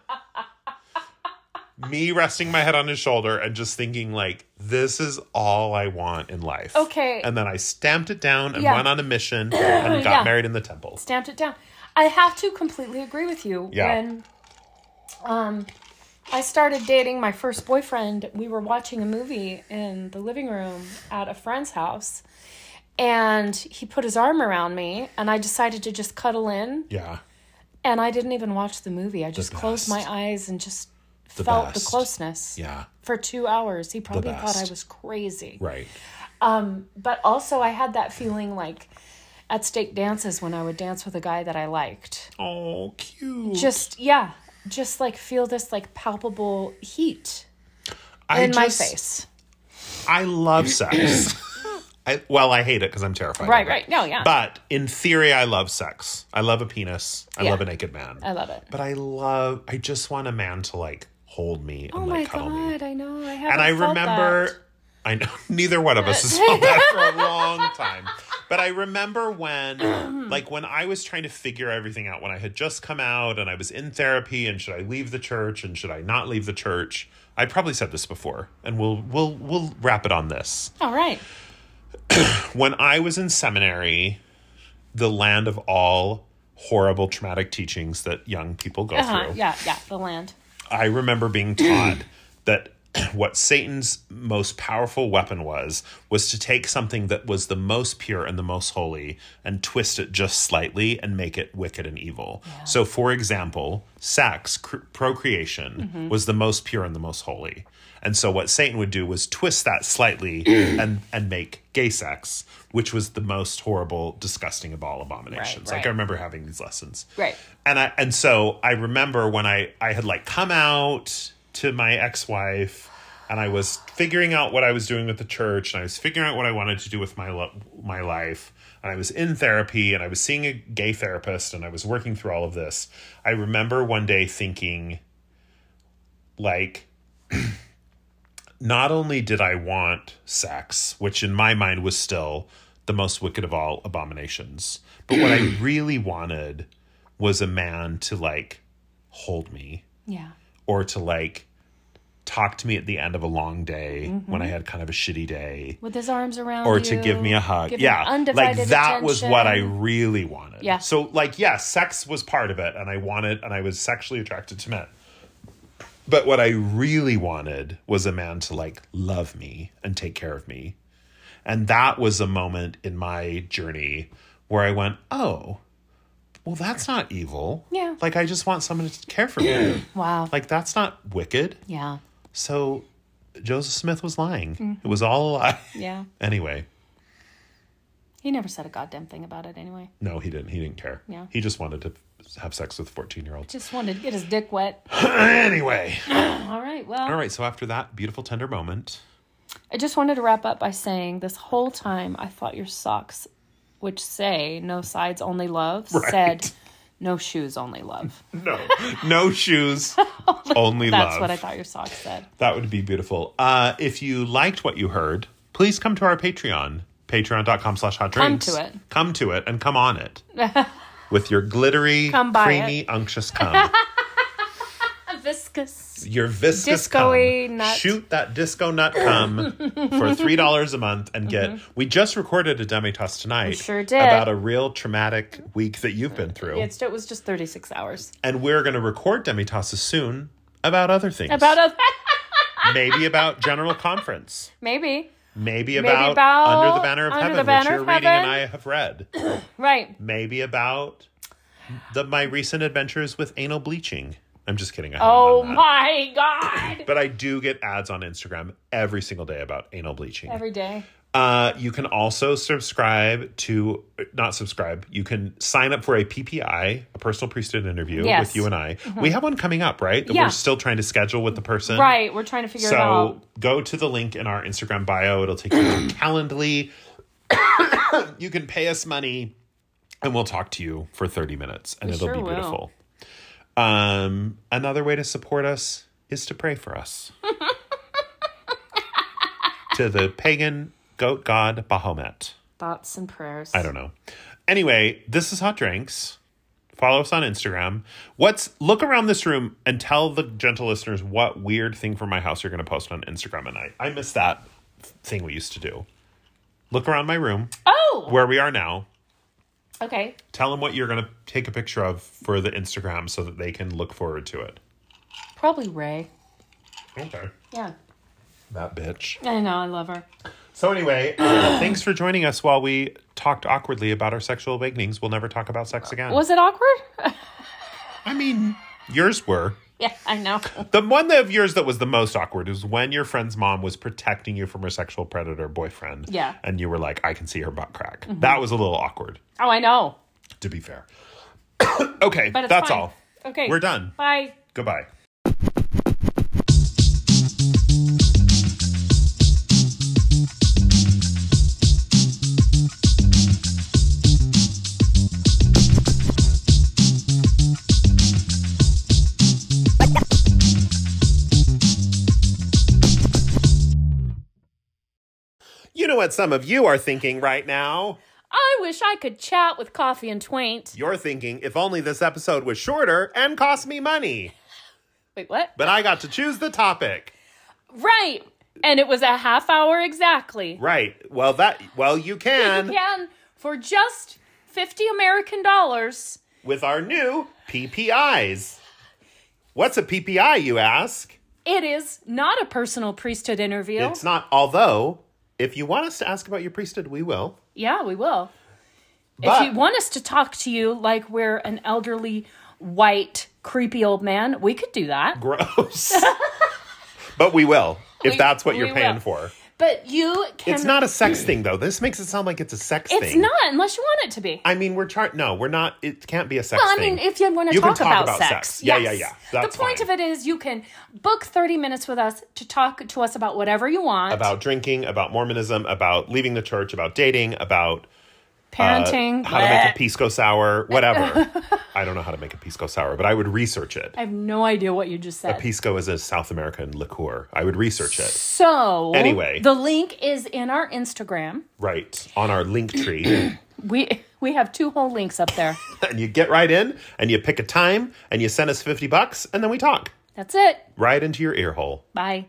[SPEAKER 1] me resting my head on his shoulder and just thinking like, this is all I want in life.
[SPEAKER 2] Okay.
[SPEAKER 1] And then I stamped it down and
[SPEAKER 2] Yeah.
[SPEAKER 1] went on a mission and got
[SPEAKER 2] Yeah.
[SPEAKER 1] married in the temple.
[SPEAKER 2] Stamped it down. I have to completely agree with you.
[SPEAKER 1] Yeah.
[SPEAKER 2] When um, I started dating my first boyfriend, we were watching a movie in the living room at a friend's house. And he put his arm around me, and I decided to just cuddle in.
[SPEAKER 1] Yeah.
[SPEAKER 2] And I didn't even watch the movie. I just closed my
[SPEAKER 1] best.
[SPEAKER 2] eyes and just felt the
[SPEAKER 1] best.
[SPEAKER 2] closeness.
[SPEAKER 1] Yeah.
[SPEAKER 2] For two hours. He probably thought I
[SPEAKER 1] best.
[SPEAKER 2] was crazy.
[SPEAKER 1] Right.
[SPEAKER 2] But also, I had that feeling like at stake dances when I would dance with a guy that I liked.
[SPEAKER 1] Oh, cute.
[SPEAKER 2] Just, yeah, just like feel this like palpable heat
[SPEAKER 1] I
[SPEAKER 2] in my
[SPEAKER 1] just-
[SPEAKER 2] face.
[SPEAKER 1] I love sex. I, well, I hate it because I'm terrified.
[SPEAKER 2] Right,
[SPEAKER 1] of it.
[SPEAKER 2] right. No, yeah.
[SPEAKER 1] But in theory, I love sex. I love a penis. I
[SPEAKER 2] Yeah.
[SPEAKER 1] love a naked man.
[SPEAKER 2] I love it.
[SPEAKER 1] But I love. I just want a man to like hold me and
[SPEAKER 2] Oh
[SPEAKER 1] like
[SPEAKER 2] my
[SPEAKER 1] cuddle
[SPEAKER 2] God,
[SPEAKER 1] me.
[SPEAKER 2] I know. I haven't
[SPEAKER 1] And I
[SPEAKER 2] felt
[SPEAKER 1] remember.
[SPEAKER 2] that.
[SPEAKER 1] I know neither one of us has felt that for a long time. But I remember when, like, when I was trying to figure everything out, when I had just come out and I was in therapy, and should I leave the church and should I not leave the church? I probably said this before, and we'll we'll we'll wrap it on this
[SPEAKER 2] All Oh, right.
[SPEAKER 1] when I was in seminary, the land of all horrible traumatic teachings that young people go
[SPEAKER 2] Uh-huh.
[SPEAKER 1] through,
[SPEAKER 2] Yeah, yeah, the land.
[SPEAKER 1] I remember being taught that what Satan's most powerful weapon was was to take something that was the most pure and the most holy and twist it just slightly and make it wicked and evil. So, for example, sex, cr- procreation, was the most pure and the most holy. And so, what Satan would do was twist that slightly and and make gay sex, which was the most horrible, disgusting of all abominations. Like
[SPEAKER 2] right.
[SPEAKER 1] I remember having these lessons
[SPEAKER 2] Right.
[SPEAKER 1] and I and so I remember when I I had like come out to my ex-wife and I was figuring out what I was doing with the church and I was figuring out what I wanted to do with my lo- my life and I was in therapy and I was seeing a gay therapist and I was working through all of this. I remember one day thinking like not only did I want sex, which in my mind was still the most wicked of all abominations, but what I really wanted was a man to like hold me
[SPEAKER 2] Yeah.
[SPEAKER 1] or to like talk to me at the end of a long day when I had kind of a shitty day
[SPEAKER 2] With his arms around
[SPEAKER 1] or
[SPEAKER 2] you.
[SPEAKER 1] to give me a hug.
[SPEAKER 2] give me
[SPEAKER 1] yeah.
[SPEAKER 2] undivided
[SPEAKER 1] like that was what I
[SPEAKER 2] attention.
[SPEAKER 1] really wanted.
[SPEAKER 2] Yeah.
[SPEAKER 1] So like yeah, sex was part of it and I wanted and I was sexually attracted to men. But what I really wanted was a man to like love me and take care of me. And that was a moment in my journey where I went, "Oh, well that's not evil."
[SPEAKER 2] Yeah.
[SPEAKER 1] Like I just want someone to care for me.
[SPEAKER 2] Wow.
[SPEAKER 1] like that's not wicked.
[SPEAKER 2] yeah.
[SPEAKER 1] So Joseph Smith was lying.
[SPEAKER 2] Mm.
[SPEAKER 1] It was all a lie.
[SPEAKER 2] Yeah.
[SPEAKER 1] anyway,
[SPEAKER 2] He never said a goddamn thing about it anyway.
[SPEAKER 1] No, he didn't. He didn't care.
[SPEAKER 2] Yeah.
[SPEAKER 1] He just wanted to have sex with 14 year olds.
[SPEAKER 2] Just wanted to get his dick wet.
[SPEAKER 1] anyway.
[SPEAKER 2] All right. Well,
[SPEAKER 1] All right. So after that beautiful, tender moment,
[SPEAKER 2] I just wanted to wrap up by saying this whole time I thought your socks, which say no sides, only love,
[SPEAKER 1] Right.
[SPEAKER 2] said no shoes, only love.
[SPEAKER 1] no, no shoes, only
[SPEAKER 2] Oh, That's
[SPEAKER 1] love.
[SPEAKER 2] what I thought your socks said.
[SPEAKER 1] That would be beautiful. Uh, if you liked what you heard, please come to our Patreon, patreon.com slash hot
[SPEAKER 2] Come
[SPEAKER 1] drinks.
[SPEAKER 2] to it.
[SPEAKER 1] Come to it and come on it with your glittery,
[SPEAKER 2] Come by
[SPEAKER 1] creamy, unctuous cum.
[SPEAKER 2] Viscous.
[SPEAKER 1] your viscous
[SPEAKER 2] Disco-y
[SPEAKER 1] cum.
[SPEAKER 2] nut.
[SPEAKER 1] Shoot that disco nut cum for three dollars a month and get. We just recorded a demi toss tonight.
[SPEAKER 2] Mm-hmm. sure did.
[SPEAKER 1] about a real traumatic week that you've been through,
[SPEAKER 2] It's, it was just 36 hours.
[SPEAKER 1] and we're going to record demi tosses soon about other things.
[SPEAKER 2] About a,
[SPEAKER 1] maybe about general conference.
[SPEAKER 2] maybe.
[SPEAKER 1] Maybe about,
[SPEAKER 2] about
[SPEAKER 1] under the banner of
[SPEAKER 2] Under the
[SPEAKER 1] heaven,
[SPEAKER 2] Banner
[SPEAKER 1] which you're
[SPEAKER 2] of
[SPEAKER 1] reading and
[SPEAKER 2] Heaven.
[SPEAKER 1] I have read.
[SPEAKER 2] Right.
[SPEAKER 1] Maybe about the my recent adventures with anal bleaching. I'm just kidding. I haven't
[SPEAKER 2] Oh
[SPEAKER 1] done that.
[SPEAKER 2] my God.
[SPEAKER 1] But I do get ads on Instagram every single day about anal bleaching.
[SPEAKER 2] Every day.
[SPEAKER 1] Uh, you can also subscribe to, not subscribe, you can sign up for a PPI, a personal pre student interview
[SPEAKER 2] Yes. Mm-hmm.
[SPEAKER 1] with you and I. We have one coming up, right? That
[SPEAKER 2] Yeah.
[SPEAKER 1] we're still trying to schedule with the person.
[SPEAKER 2] Right, we're trying to figure it out.
[SPEAKER 1] So go to the link in our Instagram bio. It'll take you to Calendly. you can pay us money and we'll talk to you for 30 minutes and it'll
[SPEAKER 2] sure
[SPEAKER 1] be
[SPEAKER 2] will.
[SPEAKER 1] beautiful. Um, another way to support us is to pray for us. to the pagan goat god Bahomet.
[SPEAKER 2] Thoughts and prayers.
[SPEAKER 1] I don't know. Anyway, this is Hot Drinks. Follow us on Instagram. What's look around this room and tell the gentle listeners what weird thing from my house you're going to post on Instagram and I I miss that thing we used to do. Look around my room
[SPEAKER 2] Oh,
[SPEAKER 1] where we are now.
[SPEAKER 2] okay.
[SPEAKER 1] Tell them what you're going to take a picture of for the Instagram so that they can look forward to it.
[SPEAKER 2] Probably Ray.
[SPEAKER 1] Okay.
[SPEAKER 2] Yeah,
[SPEAKER 1] That bitch.
[SPEAKER 2] I know. I love her.
[SPEAKER 1] So anyway, uh, thanks for joining us while we talked awkwardly about our sexual awakenings. We'll never talk about sex again.
[SPEAKER 2] Was it awkward?
[SPEAKER 1] I mean, yours were.
[SPEAKER 2] yeah, I know.
[SPEAKER 1] The one of yours that was the most awkward is when your friend's mom was protecting you from her sexual predator boyfriend.
[SPEAKER 2] Yeah. Mm-hmm.
[SPEAKER 1] And you were like, I can see her butt crack. That was a little awkward,
[SPEAKER 2] Oh, I know.
[SPEAKER 1] to be fair. okay,
[SPEAKER 2] But it's
[SPEAKER 1] that's
[SPEAKER 2] fine.
[SPEAKER 1] all.
[SPEAKER 2] Okay,
[SPEAKER 1] We're done.
[SPEAKER 2] Bye.
[SPEAKER 1] Goodbye. You know what some of you are thinking right now?
[SPEAKER 2] I wish I could chat with Coffee and Twaint.
[SPEAKER 1] You're thinking, if only this episode was shorter and cost me money,
[SPEAKER 2] Wait, what?
[SPEAKER 1] but I got to choose the topic.
[SPEAKER 2] Right. And it was a half hour exactly.
[SPEAKER 1] Right. Well, that well you can
[SPEAKER 2] Again, for just 50 American dollars.
[SPEAKER 1] with our new PPIs. What's a PPI, you ask?
[SPEAKER 2] It is not a personal priesthood interview.
[SPEAKER 1] It's not. Although, if you want us to ask about your priesthood, we will.
[SPEAKER 2] yeah, we will.
[SPEAKER 1] But
[SPEAKER 2] if you want us to talk to you like we're an elderly, white, creepy old man, we could do that.
[SPEAKER 1] gross. but we will if
[SPEAKER 2] We-
[SPEAKER 1] that's what
[SPEAKER 2] we
[SPEAKER 1] you're paying
[SPEAKER 2] will.
[SPEAKER 1] for.
[SPEAKER 2] But you can.
[SPEAKER 1] It's not a sex thing, though. This makes it sound like it's a sex
[SPEAKER 2] It's
[SPEAKER 1] thing.
[SPEAKER 2] not, unless you want it to be.
[SPEAKER 1] I mean, we're trying. No, we're not. It can't be a sex
[SPEAKER 2] Well, I
[SPEAKER 1] thing.
[SPEAKER 2] mean, if you want to
[SPEAKER 1] You can
[SPEAKER 2] talk,
[SPEAKER 1] talk
[SPEAKER 2] about,
[SPEAKER 1] about
[SPEAKER 2] sex,
[SPEAKER 1] sex. Yeah, yeah,
[SPEAKER 2] yes.
[SPEAKER 1] yeah. That's
[SPEAKER 2] the point
[SPEAKER 1] fine.
[SPEAKER 2] of it is, you can book thirty minutes with us to talk to us about whatever you want,
[SPEAKER 1] about uh, drinking, about Mormonism, about leaving the church, about dating, about uh,
[SPEAKER 2] parenting,
[SPEAKER 1] how to make
[SPEAKER 2] bleh.
[SPEAKER 1] a pisco sour, whatever. I don't know how to make a pisco sour, but I would research it.
[SPEAKER 2] I have no idea what you just said.
[SPEAKER 1] Pisco is a South American liqueur. I would research it.
[SPEAKER 2] so
[SPEAKER 1] Anyway.
[SPEAKER 2] the link is in our Instagram.
[SPEAKER 1] Right on our link tree,
[SPEAKER 2] We we have two whole links up there.
[SPEAKER 1] and you get right in, and you pick a time, and you send us fifty bucks, and then we talk
[SPEAKER 2] That's it.
[SPEAKER 1] right into your ear hole.
[SPEAKER 2] Bye.